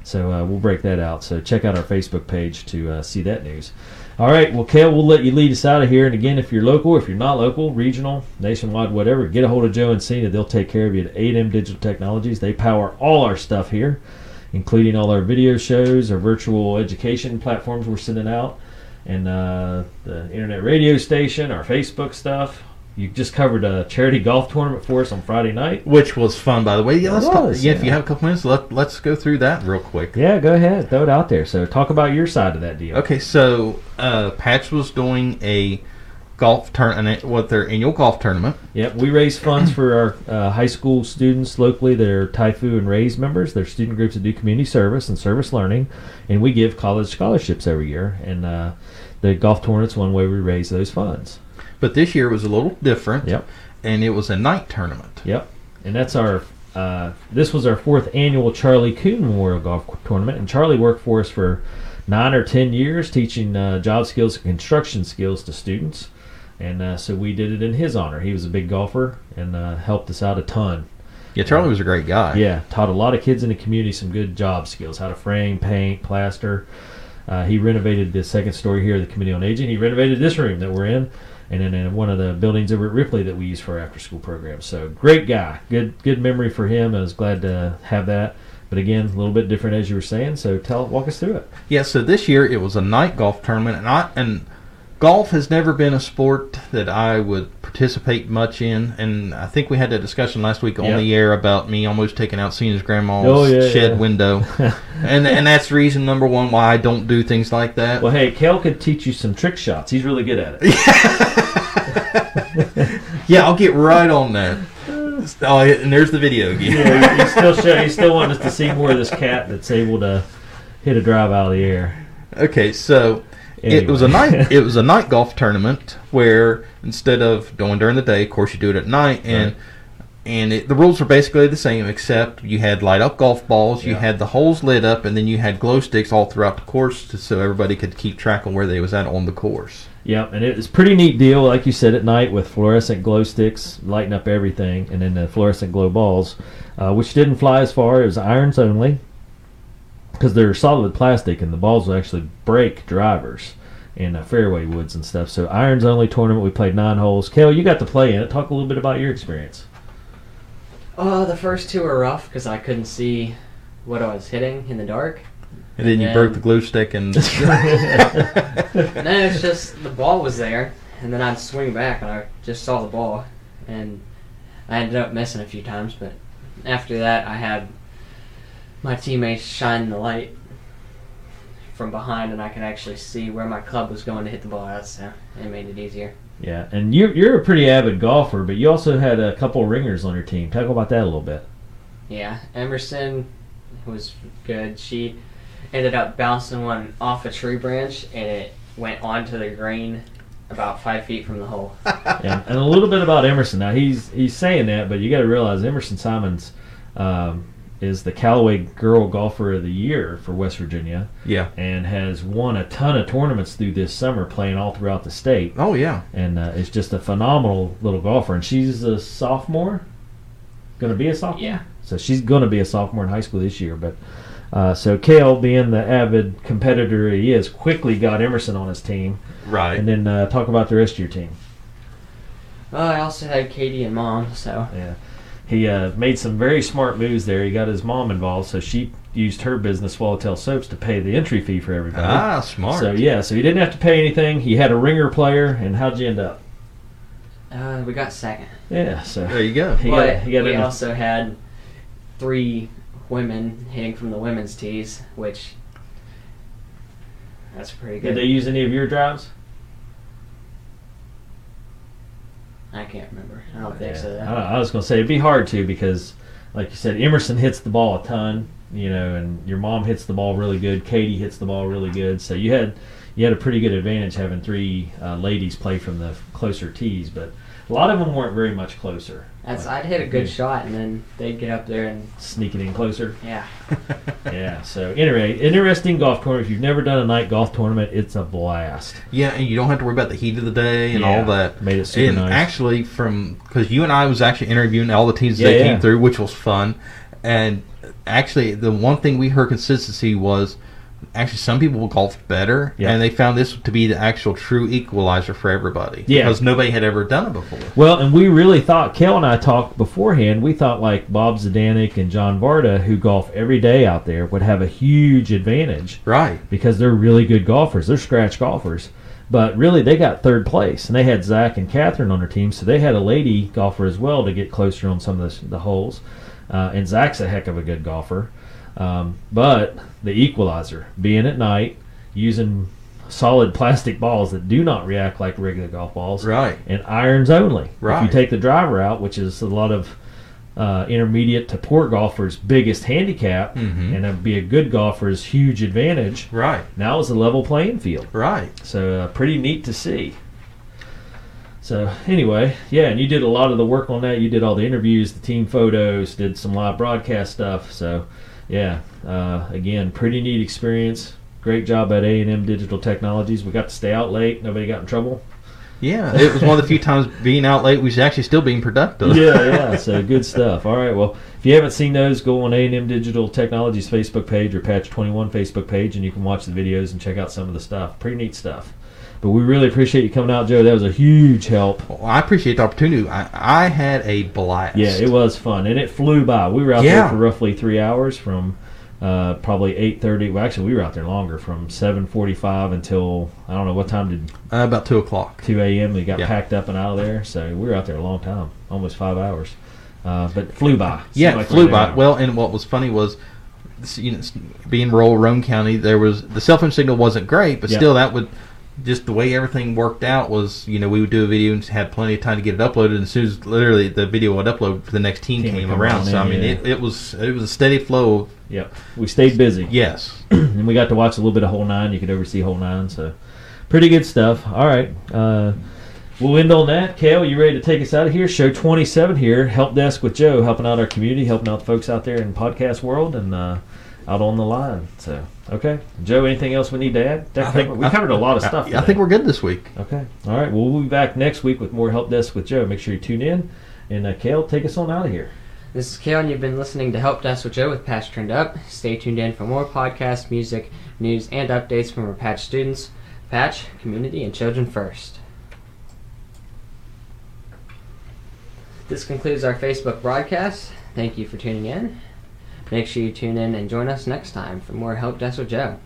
[SPEAKER 2] So uh, we'll break that out. So check out our Facebook page to uh, see that news. All right. Well, Kel, we'll let you lead us out of here. And again, if you're local, if you're not local, regional, nationwide, whatever, get a hold of Joe and Cena. They'll take care of you at 8M Digital Technologies. They power all our stuff here, including all our video shows, our virtual education platforms we're sending out, and uh, the internet radio station, our Facebook stuff. You just covered a charity golf tournament for us on Friday night.
[SPEAKER 3] Which was fun, by the way. Yeah,
[SPEAKER 2] It
[SPEAKER 3] let's talk,
[SPEAKER 2] was,
[SPEAKER 3] yeah, if
[SPEAKER 2] yeah.
[SPEAKER 3] you have a couple minutes, let, let's go through that real quick.
[SPEAKER 2] Yeah, go ahead. Throw it out there. So talk about your side of that deal.
[SPEAKER 3] Okay, so uh, Patch was doing a golf tournament, what their annual golf tournament.
[SPEAKER 2] Yep, we raise funds for our uh, high school students locally that are Taifu and Raise members. They're student groups that do community service and service learning, and we give college scholarships every year. And uh, the golf tournament's one way we raise those funds.
[SPEAKER 3] But this year was a little different.
[SPEAKER 2] Yep.
[SPEAKER 3] And it was a night tournament.
[SPEAKER 2] Yep, and that's our. Uh, this was our fourth annual Charlie Coon Memorial Golf Tournament, and Charlie worked for us for nine or ten years, teaching uh, job skills and construction skills to students. And uh, so we did it in his honor. He was a big golfer and uh, helped us out a ton.
[SPEAKER 3] Yeah, Charlie was a great guy.
[SPEAKER 2] Yeah, taught a lot of kids in the community some good job skills, how to frame, paint, plaster. Uh, he renovated the second story here, the Committee on Aging. He renovated this room that we're in, and then in one of the buildings over at Ripley that we use for our after-school program. So great guy, good good memory for him. I was glad to have that. But again, a little bit different as you were saying. So tell, walk us through it.
[SPEAKER 3] Yeah, so this year it was a night golf tournament, and I and golf has never been a sport that I would participate much in. And I think we had that discussion last week
[SPEAKER 2] Yeah.
[SPEAKER 3] on the air about me almost taking out Cena's grandma's
[SPEAKER 2] Oh, yeah,
[SPEAKER 3] shed
[SPEAKER 2] yeah. (laughs)
[SPEAKER 3] window, and and that's reason number one why I don't do things like that.
[SPEAKER 2] Well, hey, Kel could teach you some trick shots. (laughs) He's really good at it.
[SPEAKER 3] Yeah, I'll get right on
[SPEAKER 2] (laughs)
[SPEAKER 3] that. Oh, and there's the video again.
[SPEAKER 2] yeah, he- he's still show, he's still wanting us to see more of this cat that's able to hit a drive out of the air.
[SPEAKER 3] Okay, so it was a
[SPEAKER 2] Anyway.
[SPEAKER 3] night. It was a night golf tournament where instead of going during the day, of course you do it at night, and and it, the rules were basically the same except you had light up golf balls, you
[SPEAKER 2] Yeah.
[SPEAKER 3] had the holes lit up, and then you had glow sticks all throughout the course, to, so everybody could keep track of where they was at on the course.
[SPEAKER 2] Yep, and it's a pretty neat deal, like you said, at night with fluorescent glow sticks lighting up everything, and then the fluorescent glow balls, uh, which didn't fly as far. It was irons only, because they're solid plastic, and the balls will actually break drivers and uh, fairway woods and stuff. So irons only tournament. We played nine holes. Kel, you got to play in it. Talk a little bit about your experience.
[SPEAKER 1] Uh, the first two were rough because I couldn't see what I was hitting in the dark.
[SPEAKER 3] And then you
[SPEAKER 1] Yeah.
[SPEAKER 3] broke the glow stick, and
[SPEAKER 2] (laughs)
[SPEAKER 1] No, it's just the ball was there, and then I'd swing back and I just saw the ball, and I ended up missing a few times. But after that, I had my teammates shine the light from behind, and I could actually see where my club was going to hit the ball at, so it made it easier.
[SPEAKER 2] Yeah, and you, you're a pretty avid golfer, but you also had a couple ringers on your team. Talk about that a little bit.
[SPEAKER 1] Yeah, Emerson was good. She ended up bouncing one off a tree branch, and it went onto the green about five feet from the hole.
[SPEAKER 2] and, and a little bit about Emerson. Now he's he's saying that, but you got to realize Emerson Simons um, is the Callaway Girl Golfer of the Year for West Virginia,
[SPEAKER 3] yeah,
[SPEAKER 2] and has won a ton of tournaments through this summer, playing all throughout the state,
[SPEAKER 3] oh yeah,
[SPEAKER 2] and uh, is just a phenomenal little golfer. And she's a sophomore, going to be a sophomore.
[SPEAKER 1] Yeah.
[SPEAKER 2] So she's going to be a sophomore in high school this year, but. Uh, so Kale, being the avid competitor he is, quickly got Emerson on his team,
[SPEAKER 3] right.
[SPEAKER 2] and then uh, talk about the rest of your team.
[SPEAKER 1] Well, Oh, I also had Katie and mom, so
[SPEAKER 2] Yeah. He uh, made some very smart moves there. He got his mom involved, so she used her business, Swallowtail Soaps, to pay the entry fee for everybody.
[SPEAKER 3] Ah, smart.
[SPEAKER 2] So, yeah, so he didn't have to pay anything. He had a ringer player, and how'd you end up?
[SPEAKER 1] uh, we got second.
[SPEAKER 2] Yeah, so
[SPEAKER 3] There you go.
[SPEAKER 2] he
[SPEAKER 1] but
[SPEAKER 2] got, he got
[SPEAKER 1] we
[SPEAKER 2] in. a-
[SPEAKER 1] also had three women hitting from the women's tees, which that's pretty
[SPEAKER 2] Did
[SPEAKER 1] good.
[SPEAKER 2] they use any of your drives?
[SPEAKER 1] I can't remember. I don't think so.
[SPEAKER 2] I, I was going to say it'd be hard to because, like you said, Emerson hits the ball a ton, you know, and your mom hits the ball really good. Katie hits the ball really good. So you had you had a pretty good advantage having three uh, ladies play from the closer tees, but a lot of them weren't very much closer.
[SPEAKER 1] That's,
[SPEAKER 2] Like,
[SPEAKER 1] I'd hit a good
[SPEAKER 2] yeah.
[SPEAKER 1] shot, and then they'd get up there and
[SPEAKER 2] Sneaking
[SPEAKER 1] (laughs)
[SPEAKER 2] in closer.
[SPEAKER 1] yeah,
[SPEAKER 2] Yeah. So anyway, interesting golf tournament. If you've never done a night golf tournament, it's a blast.
[SPEAKER 3] Yeah, and you don't have to worry about the heat of the day and
[SPEAKER 2] Yeah,
[SPEAKER 3] all that.
[SPEAKER 2] made it super
[SPEAKER 3] and
[SPEAKER 2] nice.
[SPEAKER 3] Actually, from because you and I was actually interviewing all the teams
[SPEAKER 2] Yeah,
[SPEAKER 3] that
[SPEAKER 2] yeah.
[SPEAKER 3] came through, which was fun. And actually, the one thing we heard consistency was actually some people golf better,
[SPEAKER 2] Yeah.
[SPEAKER 3] and they found this to be the actual true equalizer for everybody.
[SPEAKER 2] Yeah.
[SPEAKER 3] because nobody had ever done it before.
[SPEAKER 2] Well, and we really thought, Kale and I talked beforehand, we thought like Bob Zdanek and John Varda, who golf every day out there, would have a huge advantage
[SPEAKER 3] Right.
[SPEAKER 2] because they're really good golfers. They're scratch golfers. But really, they got third place, and they had Zach and Catherine on their team, so they had a lady golfer as well to get closer on some of the, the holes. Uh, and Zach's a heck of a good golfer. Um, but the equalizer, being at night, using solid (laughs) plastic balls that do not react like regular golf balls,
[SPEAKER 3] Right.
[SPEAKER 2] and irons only. If you
[SPEAKER 3] Right.
[SPEAKER 2] take the driver out, which is a lot of uh, intermediate to poor golfers' biggest handicap, and that'd be a good golfer's huge advantage.
[SPEAKER 3] Right.
[SPEAKER 2] Now it's a level playing field,
[SPEAKER 3] Right.
[SPEAKER 2] so uh, pretty neat to see. So anyway, yeah, and you did a lot of the work on that. You did all the interviews, the team photos, did some live broadcast stuff. So yeah, uh, again, pretty neat experience. Great job at A and M Digital Technologies. We got to stay out late. Nobody got in trouble.
[SPEAKER 3] Yeah, it was one of the few times being out late was actually still being (laughs) productive.
[SPEAKER 2] yeah, yeah. So good stuff. All right. Well, if you haven't seen those, go on A&M Digital Technologies Facebook page or Patch 21 Facebook page, and you can watch the videos and check out some of the stuff. Pretty neat stuff. But we really appreciate you coming out, Joe. That was a huge help.
[SPEAKER 3] Well, I appreciate the opportunity. I, I had a blast.
[SPEAKER 2] Yeah, it was fun, and it flew by. We were out there
[SPEAKER 3] Yeah.
[SPEAKER 2] for roughly three hours from uh, probably 8.30. Well, actually, we were out there longer, from 7.45 until, I don't know, what time did
[SPEAKER 3] uh, about two o'clock.
[SPEAKER 2] 2 a.m. We got
[SPEAKER 3] Yeah.
[SPEAKER 2] packed up and out of there. So we were out there a long time, almost five hours. Uh, but flew by.
[SPEAKER 3] Yeah,
[SPEAKER 2] Seemed
[SPEAKER 3] it
[SPEAKER 2] like we
[SPEAKER 3] flew
[SPEAKER 2] were
[SPEAKER 3] by.
[SPEAKER 2] there.
[SPEAKER 3] Well, and what was funny was, s- you know, s- being rural Roan County, there was the cell phone signal wasn't great, but
[SPEAKER 2] Yeah.
[SPEAKER 3] still that would just the way everything worked out was, you know, we would do a video and had plenty of time to get it uploaded. And as soon as literally the video would upload, the next team
[SPEAKER 2] Team would
[SPEAKER 3] came
[SPEAKER 2] come
[SPEAKER 3] around.
[SPEAKER 2] on
[SPEAKER 3] So I
[SPEAKER 2] in,
[SPEAKER 3] mean,
[SPEAKER 2] yeah.
[SPEAKER 3] it, it was it was a steady flow. Of,
[SPEAKER 2] Yep. We stayed busy.
[SPEAKER 3] yes,
[SPEAKER 2] And we got to watch a little bit of Whole Nine. You could oversee Whole Nine. So pretty good stuff. All right. Uh, we'll end on that. Kale, you ready to take us out of here? Show 27 here. Help Desk with Joe, helping out our community, helping out the folks out there in podcast world and uh, out on the line. So, okay. Joe, anything else we need to add? That
[SPEAKER 3] I think-
[SPEAKER 2] covered- we covered a lot of stuff.
[SPEAKER 3] I, I think we're good this week.
[SPEAKER 2] Okay. All right. Well, we'll be back next week with more Help Desk with Joe. Make sure you tune in. And uh, Kale, take us on out of here.
[SPEAKER 1] This is Kale, and you've been listening to Help Desk with Joe with Patch Turned Up. Stay tuned in for more podcasts, music, news, and updates from our Patch students. Patch, community, and children first. This concludes our Facebook broadcast. Thank you for tuning in. Make sure you tune in and join us next time for more Help Desk with Joe.